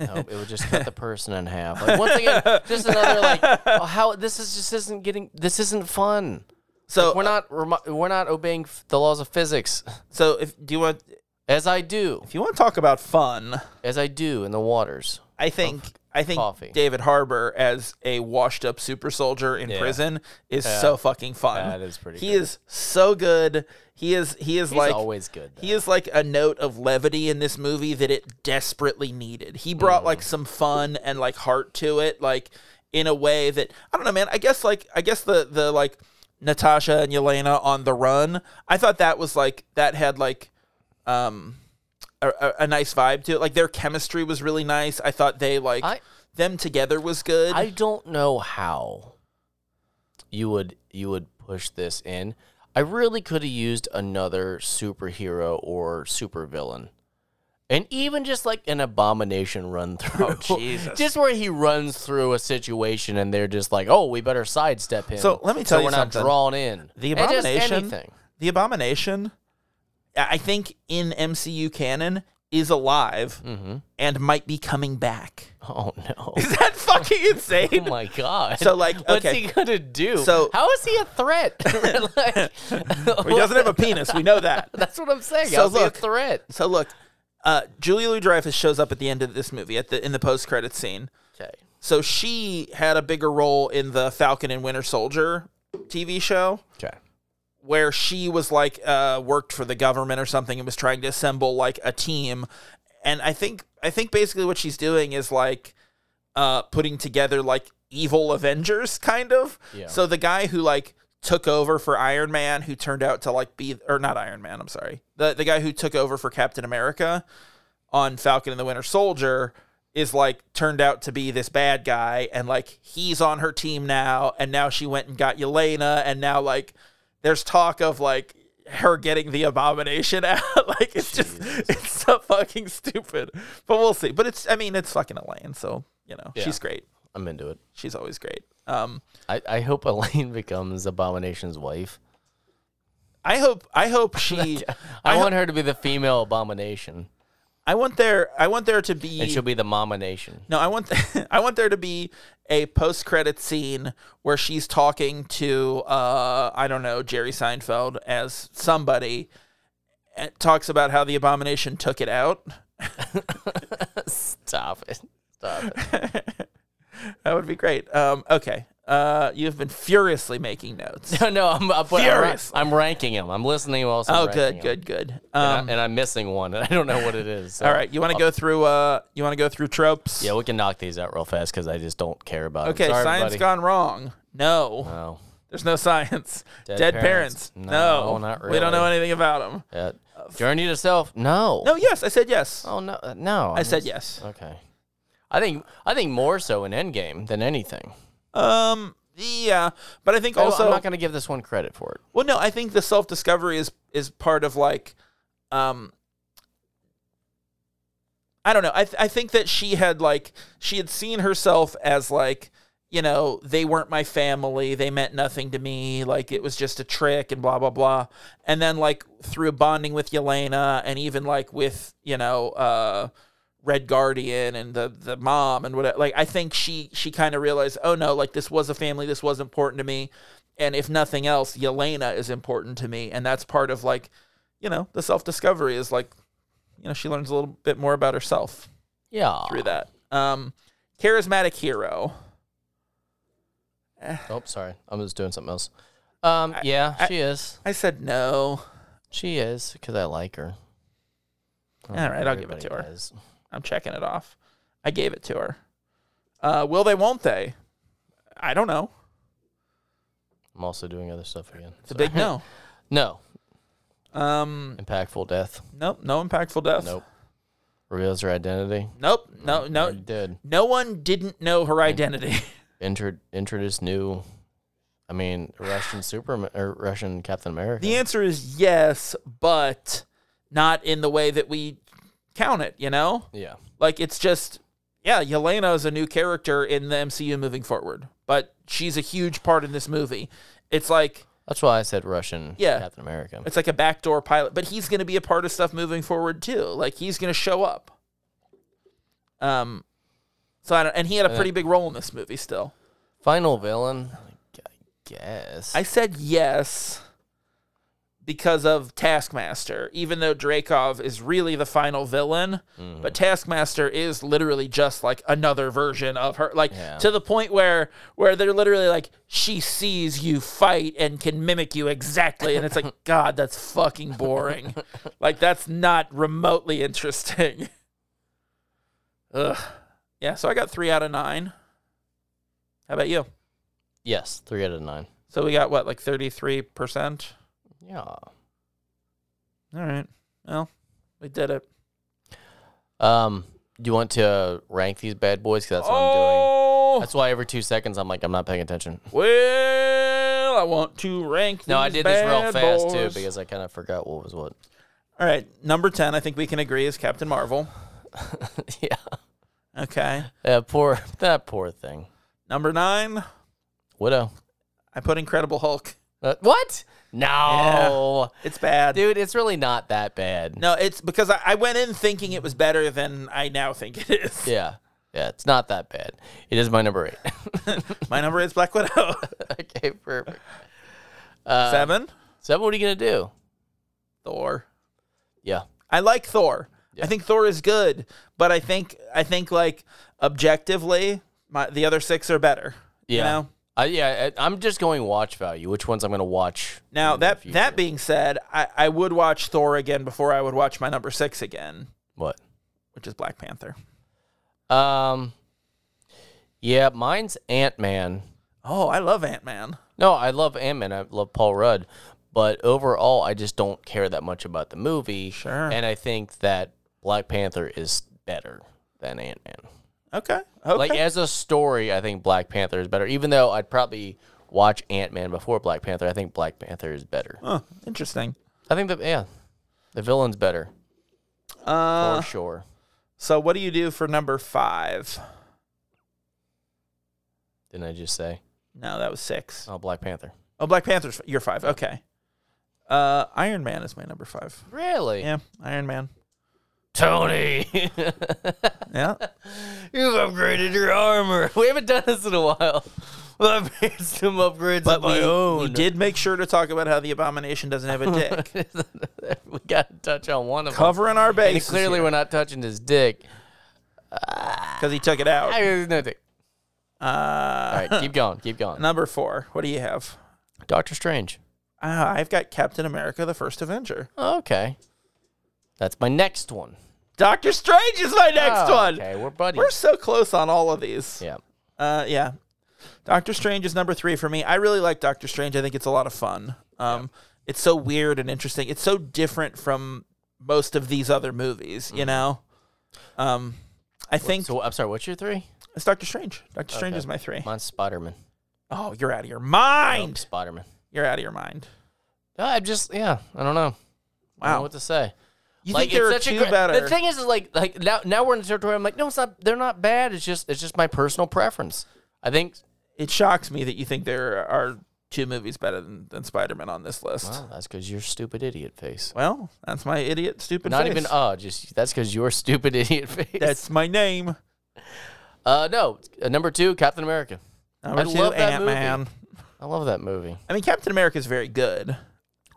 No, it would just cut the person in half. Like, once again, just another like, oh, how this is just isn't getting this isn't fun.
So
We're not remi- we're not obeying f- the laws of physics,
So if do you want
as I do.
if you want to talk about fun,
as I do in the waters.
I think I think
coffee.
David Harbour as a washed up super soldier in prison is so fucking fun.
That is pretty
He is so good. He is he is
He's
like
always good. though.
He is like a note of levity in this movie that it desperately needed. He brought
Mm.
like some fun and like heart to it, like in a way that I don't know, man. I guess like I guess the the like Natasha and Yelena on the run. I thought that was like that had like um a, a, a nice vibe to it. Like their chemistry was really nice. I thought they like
I-
them together was good.
I don't know how you would you would push this in. I really could have used another superhero or supervillain. And even just like an abomination run through.
Oh, Jesus.
Just where he runs through a situation and they're just like, oh, we better sidestep him.
So, let me tell
so
you
we're
something.
not drawn in.
The
And just
Abomination-
anything.
the abomination i I think in mcu canon is alive
Mm-hmm.
and might be coming back
Oh, no.
is that fucking
Oh
insane
my god!
So, like,
what's
okay.
he gonna do?
So-
how is he a threat? like,
he doesn't have a penis we know that
That's what I'm saying.
So
How's he a
look-
threat?
so look uh, julia louis dreyfus shows up at the end of this movie at the in the post-credit scene
Okay.
so she had a bigger role in the falcon and winter soldier tv show
Okay.
where she was like uh, worked for the government or something and was trying to assemble like a team and i think i think basically what she's doing is like uh, putting together like evil avengers kind of
Yeah.
so the guy who like took over for iron man who turned out to like be or not iron man i'm sorry the, the guy who took over for captain america on falcon and the winter soldier is like turned out to be this bad guy and like he's on her team now and now she went and got yelena and now like there's talk of like her getting the abomination out. like it's just it's so fucking stupid. But we'll see. But it's I mean it's fucking Elaine, so you know she's great.
I'm into it.
She's always great. Um,
I, I hope Elaine becomes Abomination's wife.
I hope I hope she
I,
I
want her to be the female Abomination.
I want there. I want there to be.
It should be the Mama Nation.
No, I want I want there to be a post credit scene where she's talking to uh I don't know Jerry Seinfeld as somebody and talks about how the abomination took it out.
Stop it. Stop it.
That would be great. Um okay. Uh you've been furiously making notes.
No, no, I'm, I'm, I'm,
Furious.
I'm ranking them. I'm listening while also
Oh
ranking
good,
'em.
good, good.
And,
Um
I, am missing one, and I don't know what it is. so-
all right, you want to go through uh you want to go through tropes?
Yeah, we can knock these out real fast because I just don't care about 'em.
Okay,
Sorry,
science
everybody.
gone wrong. No.
No.
There's no science. Dead, parents.
parents.
No.
No, not
We don't know
really.
anything about them.
Yeah. Uh, Journey to Self. No.
Uh, No, yes, I said yes.
Oh no. uh, No.
I said yes.
Okay. I think I think more so in Endgame than anything.
Um, yeah, but I think
Also,
also
I'm not going to give this one credit for it.
well, no, I think the self discovery is is part of like, um, I don't know. I th- I think that she had like she had seen herself as like you know they weren't my family they meant nothing to me like it was just a trick and blah blah blah and then like through bonding with yelena and even like with you know uh Red Guardian and the the mom and whatever. Like I think she she kind of realized, oh no, like this was a family, this was important to me, and if nothing else, Yelena is important to me, and that's part of like, you know, the self discovery is like, you know, she learns a little bit more about herself
Yeah.
through that. Um, charismatic hero.
Oh, sorry. I was doing something else. Um. yeah, she is.
I said no.
She is because I like her.
All right, I'll give it to her.
Does.
I'm checking it off. I gave it to her. Uh, will they? Won't they? I don't know.
I'm also doing other stuff again.
It's a big no.
No.
Um,
Impactful death.
nope. No impactful death.
Nope. Reveals her identity.
Nope. No. No.
Already Did
no one didn't know her identity.
Intro- introduce new. I mean, Russian Superman or Russian Captain America.
the answer is yes, but not in the way that we count it, you know?
yeah.
Like it's just yeah, Yelena is a new character in the MCU moving forward, but she's a huge part in this movie. It's like
That's why I said Russian
Yeah.
Captain America.
it's like a backdoor pilot, but he's going to be a part of stuff moving forward too. Like he's going to show up. Um so I don't, and he had a pretty big role in this movie still.
Final villain, I guess.
I said yes because of Taskmaster, even though Dracov is really the final villain, but Taskmaster is literally just like another version of her, like
Yeah.
to the point where where they're literally like she sees you fight and can mimic you exactly, and it's like God, that's fucking boring. like that's not remotely interesting. Ugh. Yeah, so I got three out of nine. How about you?
yes, three out of nine.
So we got what, like thirty three percent?
Yeah.
All right. Well, we did it.
Um, do you want to rank these bad boys? 'Cause that's what I'm doing.
Oh,
That's why every two seconds I'm like, I'm not paying attention.
well, I want to rank.
No, I
these
did this real
bad
fast
boys.
too because I kind of forgot what was what.
All right, number ten. I think we can agree is Captain Marvel.
yeah.
Okay.
That poor, that poor thing.
Number nine.
Widow.
I put Incredible Hulk.
Uh, what? No,
It's bad.
dude, it's really not that bad.
No, it's because I, I went in thinking it was better than I now think it is.
Yeah, yeah, it's not that bad. It is my number eight.
My number is Black Widow.
okay, perfect. Uh,
Seven.
So what are you gonna do?
Thor.
Yeah,
I like Thor. I think Thor is good, but I think I think like objectively, my, the other six are better. You
yeah,
know?
I, yeah. I, I'm just going watch value. Which ones I'm gonna watch?
Now
in the
that
future.
that being said, I, I would watch Thor again before I would watch my number six again,
what?
which is Black Panther.
Um, yeah, mine's Ant Man.
Oh, I love Ant Man.
No, I love Ant Man. I love Paul Rudd, but overall, I just don't care that much about the movie.
Sure.
And I think that Black Panther is better than Ant Man.
Okay. Okay.
Like as a story, I think Black Panther is better. Even though I'd probably watch Ant Man before Black Panther, I think Black Panther is better.
Huh, interesting.
I think that yeah, the villain's better
Uh,
for sure.
so what do you do for number five?
Didn't I just say?
No, that was six.
Oh, Black Panther.
Oh, Black Panther's you're five. Okay. Uh, Iron Man is my number five.
Really?
Yeah, Iron Man.
Tony,
Yeah.
you've upgraded your armor. We haven't done this in a while. Well, I've made some upgrades
But
of my
we,
own.
we did make sure to talk about how the abomination doesn't have a dick.
we got to touch on one of them.
Covering our
And
base.
clearly, we're not touching his dick.
because he took it out. Uh,
I, there's no dick. All right, keep going. Keep going.
Number four. What do you have?
Doctor Strange.
Ah, I've got Captain America: The First Avenger.
Okay. That's my next one.
Doctor Strange is my next
Oh,
one.
Okay, we're buddies.
We're so close on all of these.
yeah.
Uh, yeah. Doctor Strange is number three for me. I really like Doctor Strange. I think it's a lot of fun. Um, It's so weird and interesting. It's so different from most of these other movies, you know? Um, I think
Mm-hmm. So I'm sorry. What's your three?
it's Doctor Strange. Doctor Strange is my three.
Mine's Spiderman.
Oh, you're out of your
Oh,
mind.
Spiderman.
You're out of your mind.
No, I'm just yeah. I don't know. I don't know
Wow.
what to say.
You
like
think there
it's
are
such a
two
great-
better?
The thing is, is like like now now we're in the territory. I'm like no, it's not. They're not bad. It's just it's just my personal preference. I think.
it shocks me that you think there are two movies better than, than Spider-Man on this list.
Well, oh, that's because you're stupid idiot face.
Well, that's my idiot, stupid
Not
face.
even uh, just that's because you're stupid idiot face.
That's my name.
uh, no. Uh, number two, Captain America.
Number
I
two,
love that movie.
Ant-Man.
I love that movie.
I mean, Captain America is very good.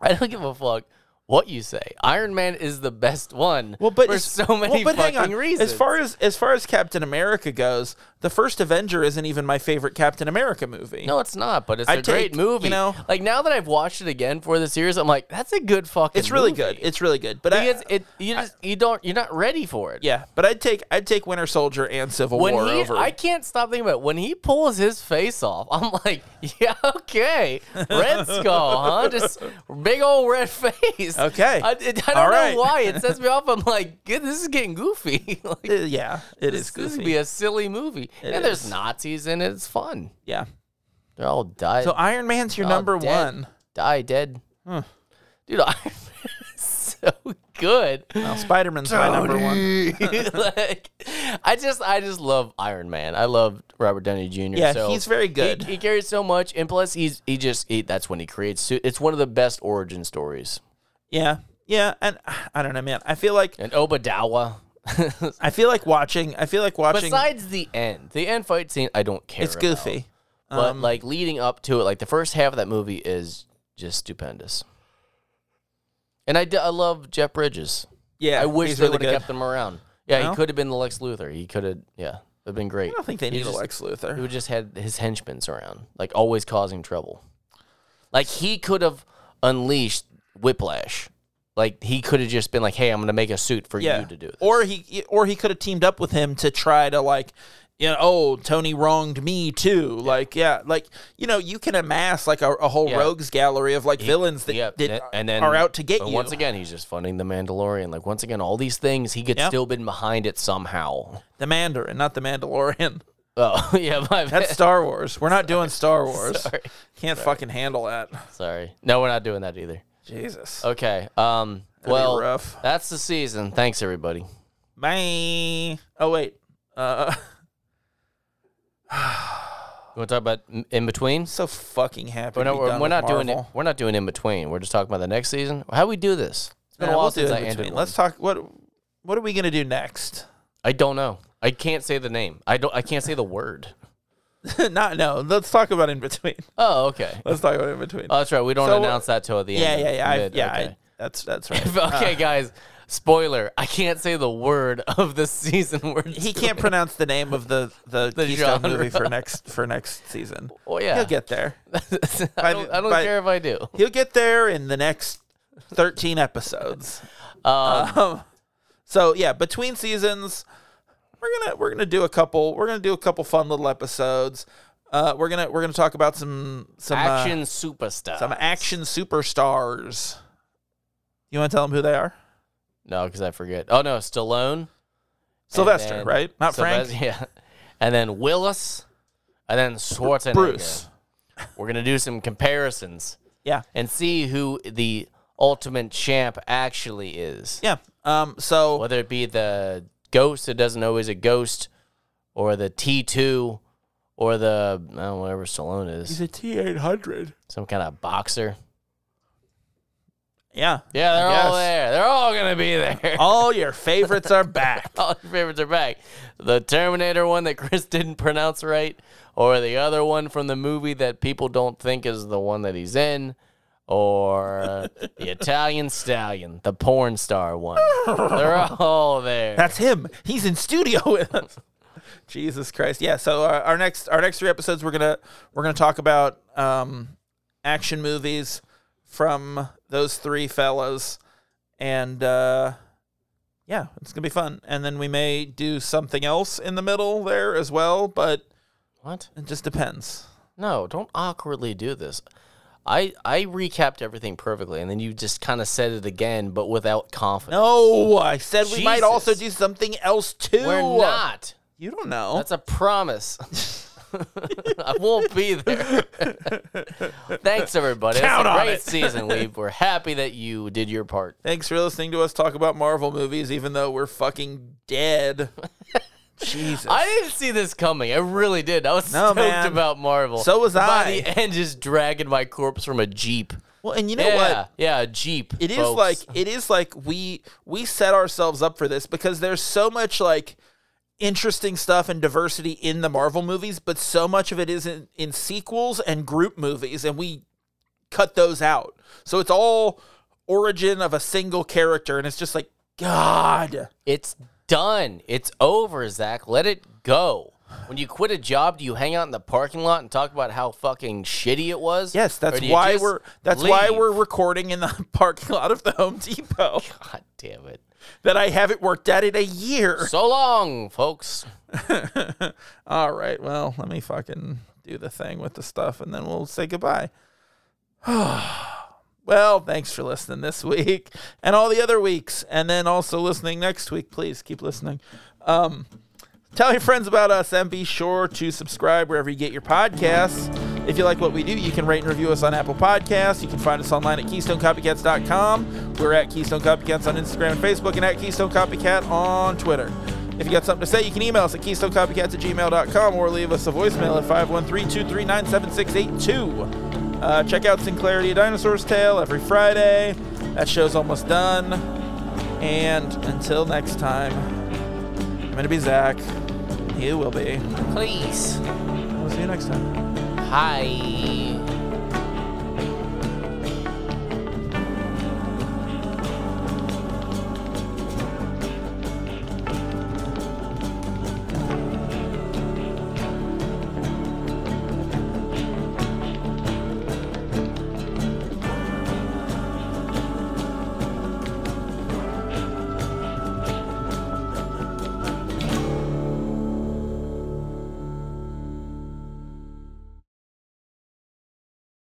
I don't give a fuck what you say. Iron Man is the best one.
Well, but
for
it's-
so
well,
many
but hang
fucking
on.
reasons.
As far as as far as Captain America goes, the first Avenger isn't even my favorite Captain America movie.
no, it's not. But it's a
I
great
take,
movie.
you know-
like now that I've watched it again for the series, I'm like, that's a good fucking.
it's really
movie.
good. It's really good. But I,
because it you just you don't you're not ready for it.
yeah, but I'd take I'd take Winter Soldier and Civil
When
War
he,
over.
I can't stop thinking about it. when he pulls his face off. I'm like, yeah, okay, Red Skull, huh? Just big old red face.
Okay.
I, I don't
All
know
right.
why it sets me off. I'm like, good, this is getting goofy. like,
Uh, yeah, it is
This
goofy.
would be a silly movie. and
is.
there's Nazis in it. It's fun.
yeah.
They're all die,
So Iron Man's your
all
number
dead-
one.
Die dead. Dude, Iron Man is so good.
Well, Spider Man's my number one.
like, I just, I just love Iron Man. I love Robert Downey Jr.
Yeah,
so
he's very
he-
good.
He, carries so much, and plus, he's he just he, that's when he creates. Suit. It's one of the best origin stories.
Yeah, yeah, and uh, I don't know, man. I feel like
And Obadawa.
I feel like watching. I feel like watching.
Besides the end, the end fight scene, I don't care.
it's Um,
about.
goofy.
But like leading up to it, like the first half of that movie is just stupendous. And I, d- I love Jeff Bridges.
Yeah,
I wish
he's
they
really
would have
good.
kept him around. Yeah,
No?
he could have been the Lex Luthor. He could have, yeah, it would have been great.
I don't think they need
just-
a Lex Luthor.
He would just had his henchmen around, like always causing trouble. Like he could have unleashed Whiplash. Like he could have just been like, "Hey, I'm gonna make a suit for
yeah.
you to do." This.
Or he or he could have teamed up with him to try to like you know, oh, Tony wronged me too. Like, yeah, like you know, you can amass like a, a whole
Yeah.
rogues gallery of like villains that,
Yeah,
that
th- and then
are out to get
but
you.
Once again, he's just funding the Mandalorian. Like once again, all these things he could
Yeah.
still been behind it somehow.
the Mandarin, not the Mandalorian.
Oh yeah, my bad.
That's Star Wars. We're not doing Star Wars.
Sorry.
Can't fucking handle that.
Sorry. No, we're not doing that either.
Jesus.
Okay. Um. well,
rough.
that's the season. Thanks everybody.
Bye. Oh wait. Uh,
You want to talk about m- in between?
so fucking happy.
We're
to
not,
be
we're,
done
we're
with
not doing it.
Marvel.
We're not doing in between. We're just talking about the next season. How do we do this? It's been
Yeah,
a while
we'll do
since
it
I
in
ended.
between.
one.
Let's talk. What What are we gonna do next?
I don't know. I can't say the name. I don't. I can't say the word.
not no. Let's talk about in between.
Oh, okay.
Let's talk about in between.
Oh, that's right. We don't
So,
announce that till the
yeah,
end.
yeah, yeah. I,
Mid-
yeah,
Okay.
I, that's that's right. Uh,
okay, guys. Spoiler: I can't say the word of the season. We're
he can't pronounce the name of the the,
The
Keystone
genre.
movie for next for next season.
Oh yeah.
He'll get there.
I don't, I don't
by-
care if I do.
He'll get there in the next thirteen episodes.
Um,
Um, so yeah, between seasons, we're gonna we're gonna do a couple. We're gonna do a couple fun little episodes. Uh, we're gonna we're gonna talk about some some uh,
action superstar.
some action superstars. You want to tell them who they are?
No, because I forget. Oh no, Stallone.
Sylvester,
then
right? Not Frank.
Sylvester- Yeah. And then Willis, and then Schwarzenegger.
Bruce.
We're gonna do some comparisons
Yeah.
and see who the ultimate champ actually is.
Yeah. Um. So
Whether it be the ghost that doesn't know is a ghost, or the T two, or the oh, whatever Stallone is,
a T eight hundred.
some kind of boxer.
Yeah.
Yeah, they're
Yes.
all there. They're all gonna be there.
All your favorites are back.
all your favorites are back. The Terminator one that Chris didn't pronounce right, or the other one from the movie that people don't think is the one that he's in, or the Italian Stallion, the porn star one. They're all there.
That's him. He's in studio with us. Jesus Christ. Yeah. So our, our next our next three episodes we're gonna we're gonna talk about um, action movies from those three fellas, and uh, yeah, it's gonna be fun. And then we may do something else in the middle there as well, but
what?
it just depends.
No, don't awkwardly do this. I I recapped everything perfectly, and then you just kind of said it again, but without confidence.
No, I said we might
Jesus.
also do something else too.
We're not.
You don't know.
That's a promise. I won't be there. Thanks, everybody.
Count
it's a
on
great
it.
season, Weeb. We're happy that you did your part.
Thanks for listening to us talk about Marvel movies, even though we're fucking dead. Jesus.
I didn't see this coming. I really did. I was
No,
stoked
man.
about Marvel.
So was
By
I.
the end, just dragging my corpse from a jeep.
well, and you know
yeah,
what?
yeah, a jeep.
It is
folks.
like it is like we we set ourselves up for this because there's so much like interesting stuff and diversity in the Marvel movies, but so much of it is in, in sequels and group movies, and we cut those out. So it's all origin of a single character, and it's just like God.
It's done. It's over, Zach. Let it go. When you quit a job, do you hang out in the parking lot and talk about how fucking shitty it was?
Yes,
Or
that's
do you
why
just
we're that's why
leave?
we're recording in the parking lot of the Home Depot
God damn it.
that I haven't worked at in a year.
So long, folks.
All right, well, let me fucking do the thing with the stuff and then we'll say goodbye. well, thanks for listening this week and all the other weeks and then also listening next week. Please keep listening. Um Tell your friends about us and be sure to subscribe wherever you get your podcasts. If you like what we do, you can rate and review us on Apple Podcasts. You can find us online at KeystoneCopycats.com. We're at Keystone Copycats on Instagram and Facebook and at Keystone Copycat on Twitter. If you got something to say, you can email us at KeystoneCopycats at gmail.com or leave us a voicemail at 513 239 7682. Uh, check out Sinclarity A Dinosaur's Tale every Friday. That show's almost done. And until next time. I'm gonna be Zach. You will be.
Please.
We'll see you next time.
Hi.